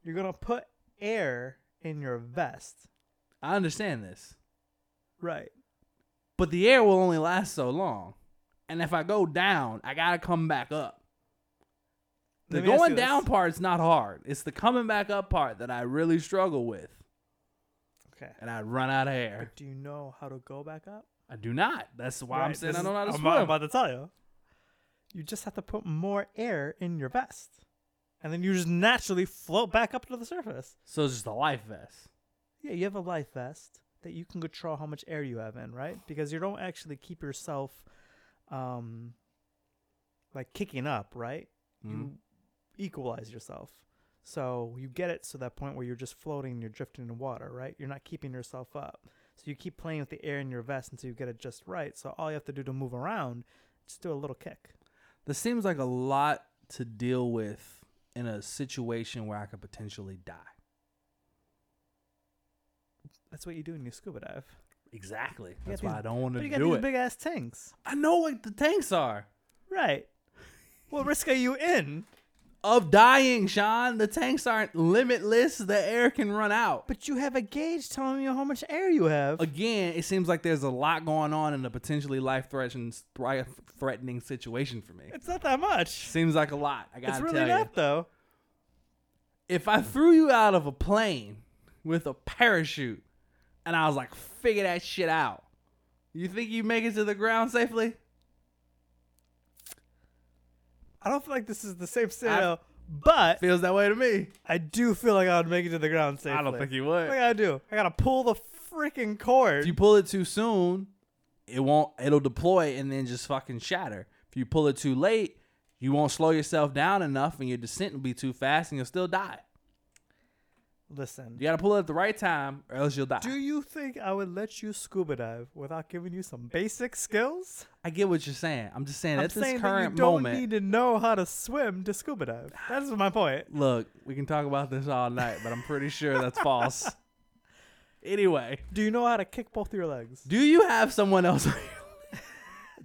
B: You're gonna put air in your vest,
A: I understand this.
B: right?
A: But the air will only last so long. And if I go down, I gotta come back up. The
B: Let me ask
A: going
B: you this.
A: down part's not hard. It's the coming back up part that I really struggle with.
B: Okay.
A: And I run out of air.
B: But do you know how to go back up?
A: I do not. That's why I'm
B: Right,
A: saying
B: this
A: I don't know how to
B: is- I'm,
A: swim.
B: I'm about to tell you. You just have to put more air in your vest, and then you just naturally float back up to the surface.
A: so it's just a life vest.
B: Yeah, you have a life vest that you can control how much air you have in, right? Because you don't actually keep yourself, um, like kicking up, right?
A: Mhm.
B: You equalize yourself. So you get it to that point where you're just floating and you're drifting in water, right? You're not keeping yourself up. So you keep playing with the air in your vest until you get it just right. So all you have to do to move around is do a little kick.
A: This seems like a lot to deal with in a situation where I could potentially die.
B: That's what you do when you scuba dive.
A: Exactly.
B: You
A: That's
B: got
A: why I
B: these-
A: don't want
B: But
A: to
B: you got
A: do
B: these
A: it.
B: big ass tanks.
A: I know what the tanks are.
B: Right. What risk are you in?
A: Of dying, Sean. The tanks aren't limitless. The air can run out.
B: But you have a gauge telling you how much air you have.
A: again, it seems like there's a lot going on in a potentially life threatening threatening situation for me.
B: It's not that much.
A: Seems like a lot. I
B: It's
A: gotta
B: really
A: tell
B: not, though.
A: you, if I threw you out of a plane with a parachute, and I was like, "Figure that shit out," you think you make it to the ground safely?
B: I don't feel like this is the same scenario, but
A: Feels that way to me.
B: I do feel like I would make it to the ground safely.
A: I don't think you
B: What I
A: would.
B: gotta do? I gotta pull the freaking
A: If
B: cord.
A: you pull it too soon, it won't. It'll deploy and then just fucking shatter. If you pull it too late, you won't slow yourself down enough, and your descent will be too fast, and you'll still die.
B: Listen,
A: You gotta pull it at the right time, or else you'll die.
B: do you think I would let you scuba dive without giving you some basic skills?
A: I get what you're saying. I'm just saying
B: I'm
A: at this
B: saying that
A: current
B: you don't
A: moment.
B: need to know how to swim to scuba dive. That's my point.
A: look, we can talk about this all night, but I'm pretty sure that's false. Anyway,
B: Do you know how to kick both your legs?
A: do you have someone else? on your list?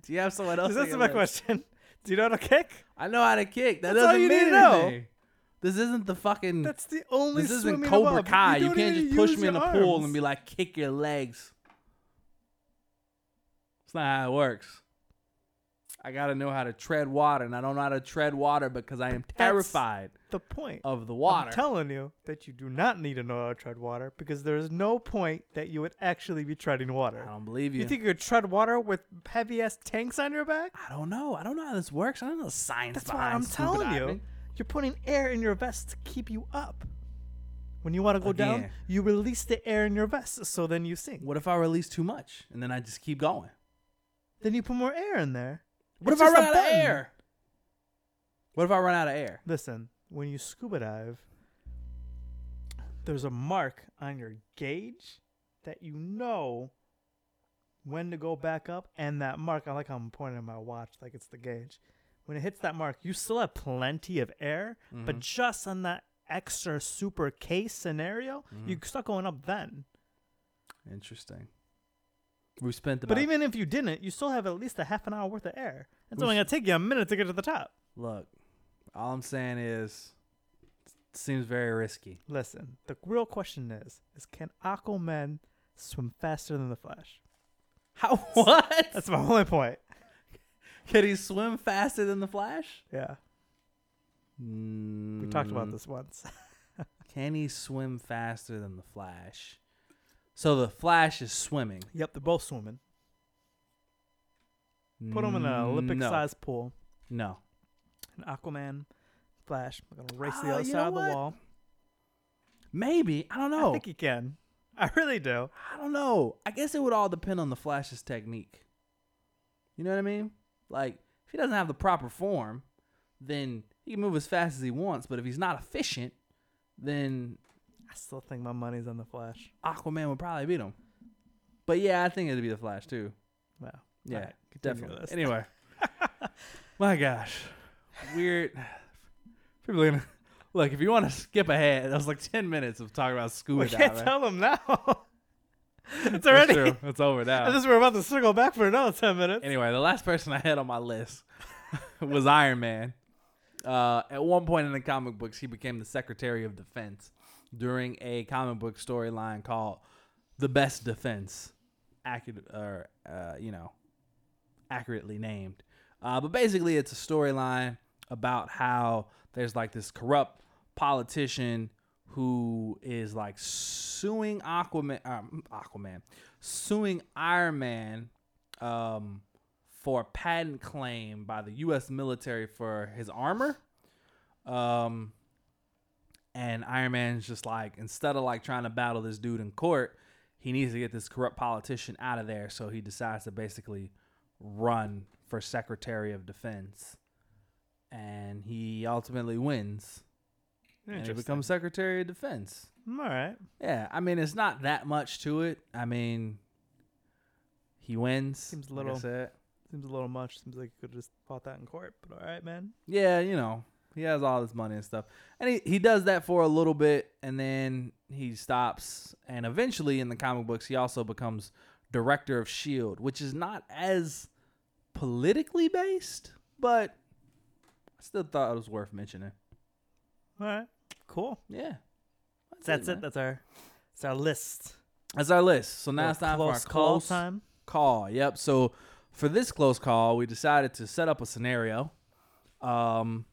A: do you have someone else?
B: This
A: on
B: is
A: your
B: my
A: list?
B: question. Do you know how to kick?
A: I know how to kick. That
B: That's all
A: doesn't
B: you
A: mean
B: need to know.
A: anything. This isn't the fucking.
B: That's the only.
A: this isn't
B: swimming
A: Cobra
B: above.
A: Kai. You,
B: don't
A: can't
B: even
A: just push
B: use
A: me in the
B: your
A: pool
B: arms.
A: and be like, kick your legs. It's not how it works. I gotta know how to tread water, and I don't know how to tread water because I am terrified.
B: the point.
A: of the "Uh, water.
B: I'm telling you that you do not need to know how to tread water because there is no point that you would actually be treading
A: I
B: water.
A: don't believe you.
B: You think you would tread water with heavy ass tanks on your back?
A: I don't know. I don't know how this works. I don't know the science
B: That's why
A: behind
B: I'm
A: scuba
B: telling you.
A: diving.
B: You're putting air in your vest to keep you up. When you want to go down,
A: Again.
B: you release the air in your vest, so then you sink.
A: What if I release too much and then I just keep going?
B: Then you put more air in there.
A: What
B: It's
A: if I
B: just a
A: run out of
B: button.
A: air? What if I run out of air?
B: Listen, when you scuba dive, there's a mark on your gauge that you know when to go back up, and that mark, I like how I'm pointing at my watch like it's the gauge. When it hits that mark, you still have plenty of air, but just on that extra super case scenario, you start going up then.
A: Interesting. We spent about
B: But even if you didn't, you still have at least a half an hour worth of air. It's only gonna take you a minute to get to the top.
A: look. All I'm saying is, it seems very risky.
B: Listen, the real question is: Is can Aquaman swim faster than the Flash?
A: How what?
B: That's my only point.
A: Can he swim faster than the Flash?
B: Yeah,
A: Mm,
B: we talked about this once.
A: Can he swim faster than the Flash? So the Flash is swimming.
B: yep, they're both swimming. Put them in an
A: Mm, No.
B: Olympic-sized pool.
A: No.
B: And Aquaman, Flash, are gonna race to
A: Ah,
B: the other
A: you
B: side
A: know
B: of the
A: what?
B: wall.
A: Maybe I don't know.
B: I think he can. I really do.
A: I don't know. I guess it would all depend on the Flash's technique. You know what I mean? Like, if he doesn't have the proper form, then he can move as fast as he wants. But if he's not efficient, then
B: I still think my money's on the Flash.
A: Aquaman would probably beat him. But yeah, I think it'd be the Flash too.
B: Wow.
A: Yeah,
B: Alright, continue
A: definitely.
B: this.
A: Anyway, my gosh, weird. People are gonna look if you want to skip ahead. That was like ten minutes of talking about scuba
B: We can't
A: diving.
B: tell them now. it's
A: That's
B: already.
A: true. It's over now.
B: I just we're about to circle back for another ten minutes.
A: Anyway, the last person I had on my list was Iron Man. Uh, at one point in the comic books, he became the Secretary of Defense during a comic book storyline called "The Best Defense," accurate or uh, you know, accurately named. Uh, but basically, it's a storyline about how there's like this corrupt politician who is like suing Aquaman, um, Aquaman, suing Iron Man um, for a patent claim by the U.S. military for his armor. Um, and Iron Man's just like, instead of like trying to battle this dude in court, he needs to get this corrupt politician out of there. So he decides to basically run for Secretary of Defense. And he ultimately wins. And he
B: Interesting.
A: becomes Secretary of Defense.
B: Mm, All right.
A: Yeah, I mean, it's not that much to it. I mean, he wins.
B: Seems a
A: like I
B: little-
A: said.
B: Seems a little much. Seems like you could have just fought that in court. But all right, man.
A: Yeah, you know, he has all this money and stuff. And he, he does that for a little bit and then he stops. And eventually in the comic books, he also becomes director of S.H.I.E.L.D., E which is not as politically based, but I still thought it was worth mentioning.
B: All right. Cool.
A: Yeah.
B: That's
A: man.
B: it. That's our. That's our list.
A: That's our list. So now
B: Little
A: it's time for our
B: close call
A: close
B: time.
A: call. Yep. So for this close call, we decided to set up a scenario. Um,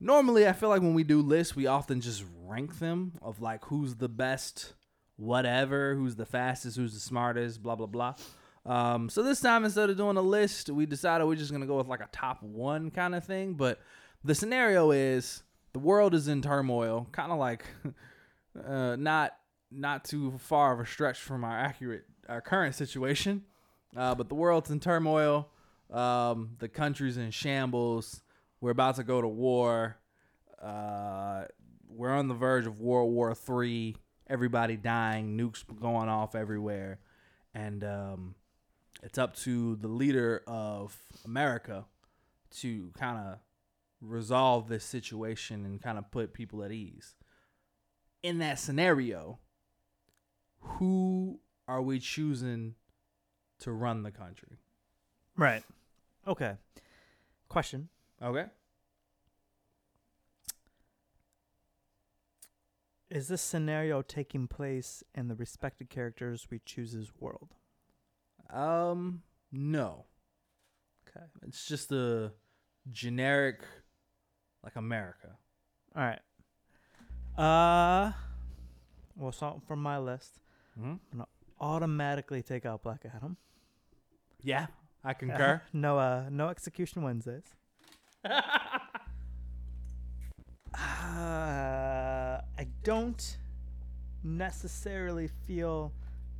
A: normally, I feel like when we do lists, we often just rank them of like who's the best, whatever, who's the fastest, who's the smartest, blah blah blah. Um, so this time, instead of doing a list, we decided we're just gonna go with like a top one kind of thing. But the scenario is the world is in turmoil, kind of like uh, not not too far of a stretch from our accurate our current situation. Uh, but the world's in turmoil. Um, the country's in shambles. We're about to go to war. Uh, we're on the verge of World War Three. Everybody dying, nukes going off everywhere, and um, it's up to the leader of America to kind of resolve this situation and kind of put people at ease. In that scenario, who are we choosing to run the country?
B: Right. Okay. Question.
A: Okay.
B: Is this scenario taking place in the respected characters we choose's world?
A: Um, no,
B: Okay.
A: it's just a generic, like America.
B: All right. Uh, well, so from my list,
A: Mm-hmm.
B: automatically take out Black Adam.
A: Yeah, I concur.
B: no, uh, no execution Wednesdays. Uh, I don't necessarily feel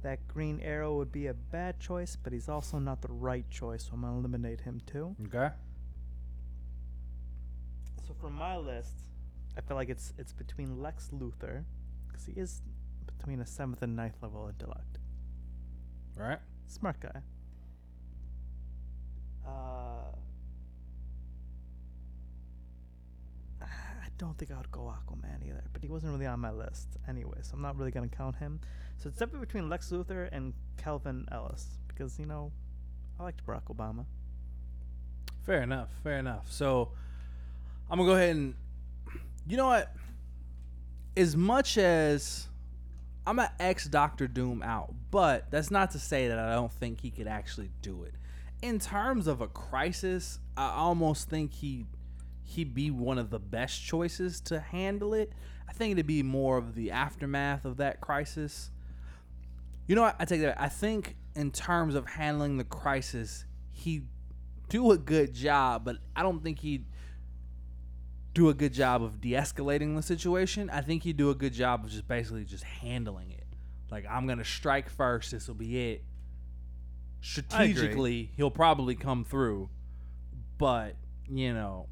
B: that Green Arrow would be a bad choice, but he's also not the right choice, so I'm gonna eliminate him too.
A: okay.
B: So for my list, I feel like it's it's between Lex Luthor, because he is between a seventh and ninth level intellect,
A: Right.
B: smart guy. Uh, I don't think I would go Aquaman either, but he wasn't really on my list anyway, so I'm not really gonna count him. So it's definitely between Lex Luthor and Calvin Ellis because you know I liked Barack Obama.
A: Fair enough. Fair enough. So I'm gonna go ahead and you know what? As much as I'm an ex Doctor Doom out, but that's not to say that I don't think he could actually do it. In terms of a crisis, I almost think he he'd be one of the best choices to handle it. I think it'd be more of the aftermath of that crisis. You know what? I take that. back. I think in terms of handling the crisis, he do a good job, but I don't think he'd do a good job of de-escalating the situation. I think he'd do a good job of just basically just handling it. Like I'm gonna strike first. This will be it. Strategically, he'll probably come through, but you know,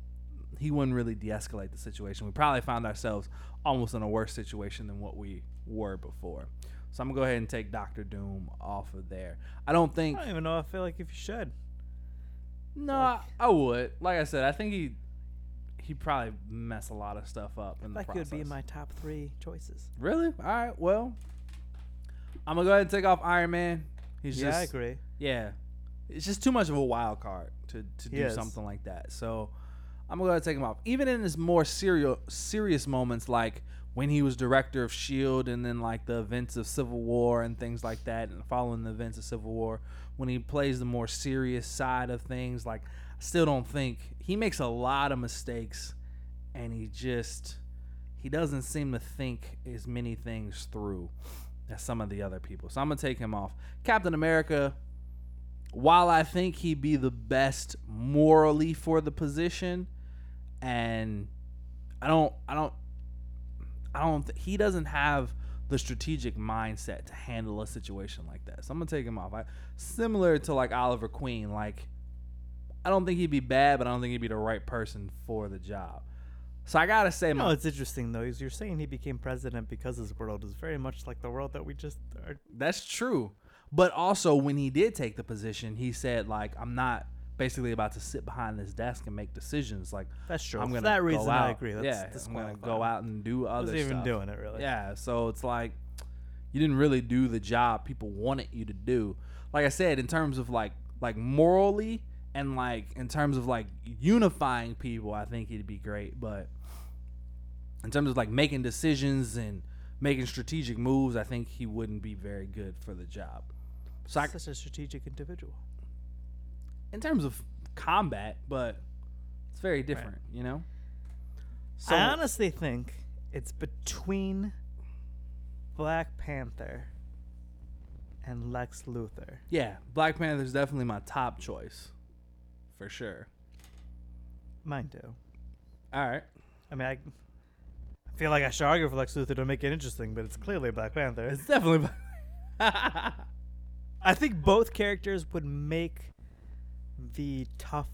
A: he wouldn't really de-escalate the situation. We probably found ourselves almost in a worse situation than what we were before. So I'm gonna go ahead and take Doctor Doom off of there. I don't
B: I
A: think
B: don't even know. I feel like if you should.
A: no, I I would. Like I said, I think he he probably mess a lot of stuff up in the
B: That
A: process.
B: could be my top three choices.
A: really. All right. Well, I'm gonna go ahead and take off Iron Man. He's
B: yeah,
A: just
B: I agree.
A: yeah, it's just too much of a wild card to to do
B: Yes.
A: something like that. So I'm gonna go ahead and take him off. Even in his more serial serious moments, like when he was director of Shield, E and then like the events of Civil War and things like that, and following the events of Civil War, when he plays the more serious side of things, like I still don't think he makes a lot of mistakes, and he just he doesn't seem to think as many things through as some of the other people. So I'm gonna take him off. Captain America, while I think he'd be the best morally for the position, and I don't, I don't, I don't. Th- he doesn't have the strategic mindset to handle a situation like that. So I'm gonna take him off. I, similar to like Oliver Queen, like I don't think he'd be bad, but I don't think he'd be the right person for the job. So I gotta say,
B: You know,
A: my,
B: it's interesting though. Is you're saying he became president because his world is very much like the world that we just are.
A: That's true. But also, when he did take the position, he said like, "I'm not basically about to sit behind this desk and make decisions. Like,
B: That's true.
A: I'm
B: For
A: gonna
B: that
A: go
B: reason,
A: out.
B: I agree. That's
A: yeah, I'm gonna go out and do
B: I
A: other
B: was even
A: stuff.
B: doing it really.
A: Yeah, so it's like you didn't really do the job people wanted you to do. Like I said, in terms of like like morally and like in terms of like unifying people, I think it'd be great. But in terms of like making decisions and making strategic moves, I think he wouldn't be very good for the job. So I,
B: such a strategic individual.
A: in terms of combat, but it's very different, you know. So
B: I honestly think it's between Black Panther and Lex Luthor.
A: yeah, Black Panther's definitely my top choice, for sure.
B: Mine do.
A: All right.
B: I mean, I, I feel like I should argue for Lex Luthor to make it interesting, but it's clearly Black Panther.
A: It's definitely.
B: I think both characters would make the tough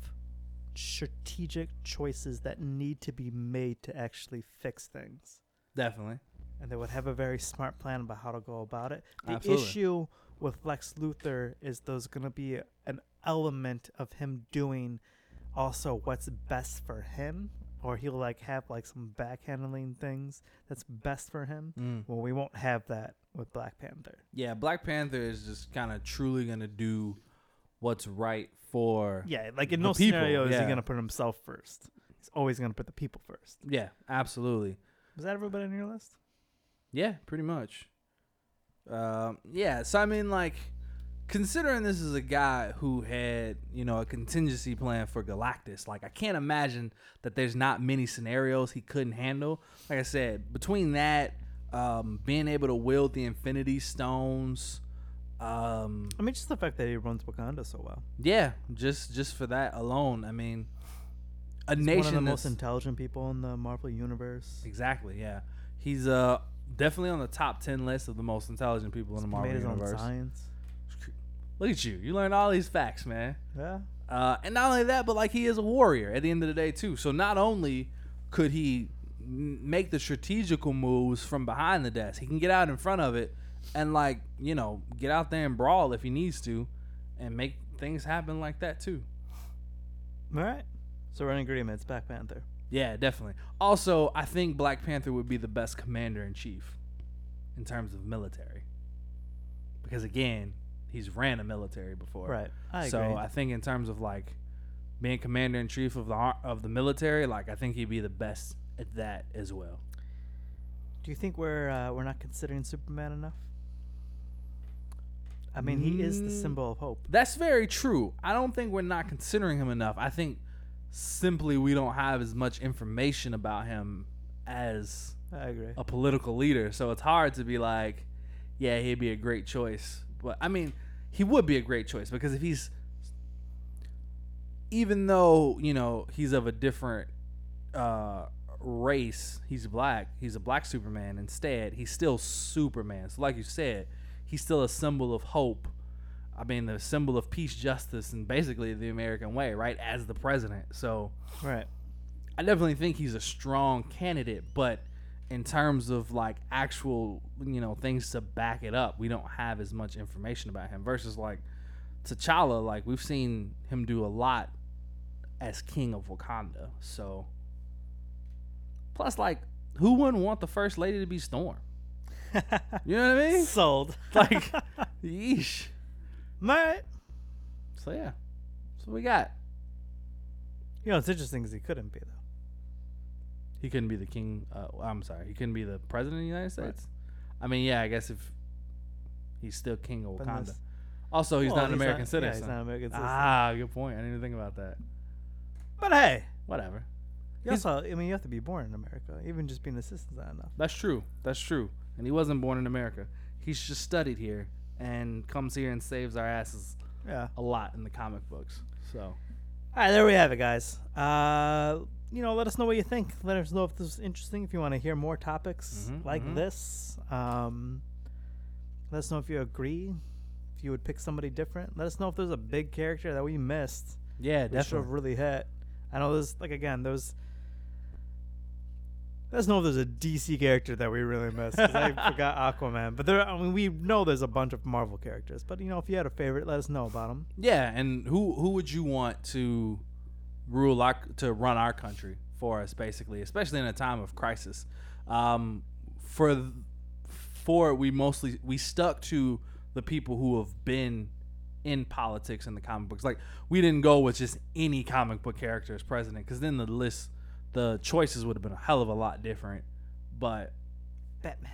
B: strategic choices that need to be made to actually fix things.
A: definitely.
B: And they would have a very smart plan about how to go about it. The
A: Absolutely.
B: issue with Lex Luthor is there's going to be an element of him doing also what's best for him or he'll like have like some backhandling things that's best for him.
A: Mm.
B: Well, we won't have that with Black Panther.
A: Yeah, Black Panther is just kind of truly gonna do what's right for.
B: Yeah, like in
A: The
B: no
A: people,
B: scenario is
A: yeah.
B: he gonna put himself first. He's always gonna put the people first.
A: Yeah, absolutely.
B: Was that everybody on your list?
A: Yeah, pretty much. Um, yeah, so I mean, like, considering this is a guy who had, you know, a contingency plan for Galactus, like, I can't imagine that there's not many scenarios he couldn't handle. Like I said, between that, um, being able to wield the Infinity Stones, um,
B: I mean, just the fact that he runs Wakanda so well.
A: yeah, just just for that alone, I mean, a
B: He's
A: nation
B: one of the most
A: that's-
B: intelligent people in the Marvel universe.
A: Exactly. Yeah, he's uh definitely on the top ten list of the most intelligent people in the Marvel
B: made his
A: universe.
B: own science.
A: Look at you! You learned all these facts, man.
B: Yeah.
A: Uh, and not only that, but like he is a warrior at the end of the day too. So not only could he n- make the strategical moves from behind the desk, he can get out in front of it and like you know get out there and brawl if he needs to, and make things happen like that too.
B: All right. So we're in agreement. It's Black Panther.
A: Yeah, definitely. Also, I think Black Panther would be the best commander in chief in terms of military. Because again, he's ran a military before.
B: Right. I
A: so
B: agree.
A: I think in terms of like being commander in chief of the ar- of the military, like I think he'd be the best at that as well.
B: Do you think we're uh, we're not considering Superman enough? I mean, he is the
A: Mm.
B: symbol of hope.
A: That's very true. I don't think we're not considering him enough. I think simply we don't have as much information about him as
B: I agree.
A: a political leader, so it's hard to be like, yeah, he'd be a great choice. But I mean, he would be a great choice because if he's even though, you know, he's of a different uh race, he's black, he's a black Superman instead, he's still Superman. So like you said, he's still a symbol of hope. I mean, the symbol of peace, justice, and basically the American way, right? As the president. So,
B: Right.
A: I definitely think he's a strong candidate, but in terms of like actual, you know, things to back it up, we don't have as much information about him versus like T'Challa, like we've seen him do a lot as king of Wakanda. So plus like who wouldn't want the first lady to be Storm? You know what I mean?
B: Sold.
A: Like yeesh.
B: my.
A: So yeah. So we got
B: You know, it's interesting because he couldn't be though.
A: He couldn't be the king. Uh, I'm sorry, he couldn't be the president of the United
B: Right.
A: States. I mean, yeah, I guess if he's still king of
B: But
A: Wakanda.
B: this-
A: Also, Oh, he's
B: Well,
A: not an American
B: yeah,
A: citizen.
B: he's not an American citizen.
A: ah, good point. I didn't even think about that.
B: But hey,
A: Whatever.
B: you
A: He's-
B: also, I mean, you have to be born in America. Even just being a citizen's not enough.
A: That's true. That's true. And he wasn't born in America. He's just studied here and comes here and saves our asses
B: Yeah.
A: a lot in the comic books. So
B: All right, there we have it, guys. Uh, you know, let us know what you think. Let us know if this was interesting. If you want to hear more topics
A: Mhm,
B: like
A: mhm.
B: this, um, let us know if you agree. If you would pick somebody different, let us know if there's a big character that we missed
A: yeah,
B: that should have
A: definitely.
B: really hit. I know there's like again those. Let us know if there's a DC character that we really missed. 'cause I forgot Aquaman, but there. I mean, we know there's a bunch of Marvel characters, but you know, if you had a favorite, let us know about them.
A: Yeah, and who who would you want to rule our to run our country for us, basically, especially in a time of crisis? Um, for th- for it, we mostly we stuck to the people who have been in politics in the comic books. Like we didn't go with just any comic book character as president, because then the list, the choices would have been a hell of a lot different. But
B: Batman.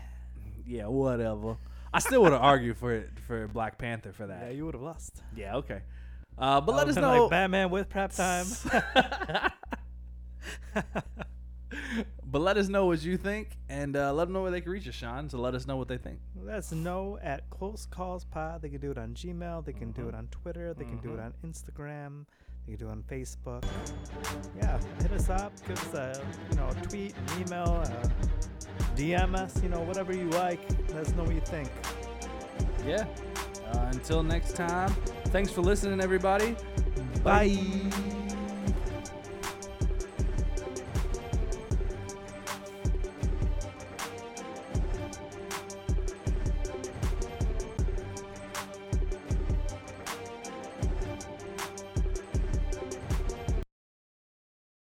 A: yeah, whatever. I still would have argued for it for Black Panther for
B: Yeah,
A: that.
B: you would have lost.
A: Yeah, okay. Uh, but
B: I
A: let us
B: would've
A: know.
B: been like Batman with prep time.
A: but let us know what you think, and uh, let them know where they can reach us, Sean. So let us know what they think.
B: That's no at close calls pod. They can do it on Gmail. They can do it on Twitter. They can do it on Instagram. They can do it on Facebook. Yeah, hit us up. Give us a you know a tweet, an email, uh, DM us. You know whatever you like. Let us know what you think.
A: Yeah. Uh, until next time, thanks for listening, everybody. Bye.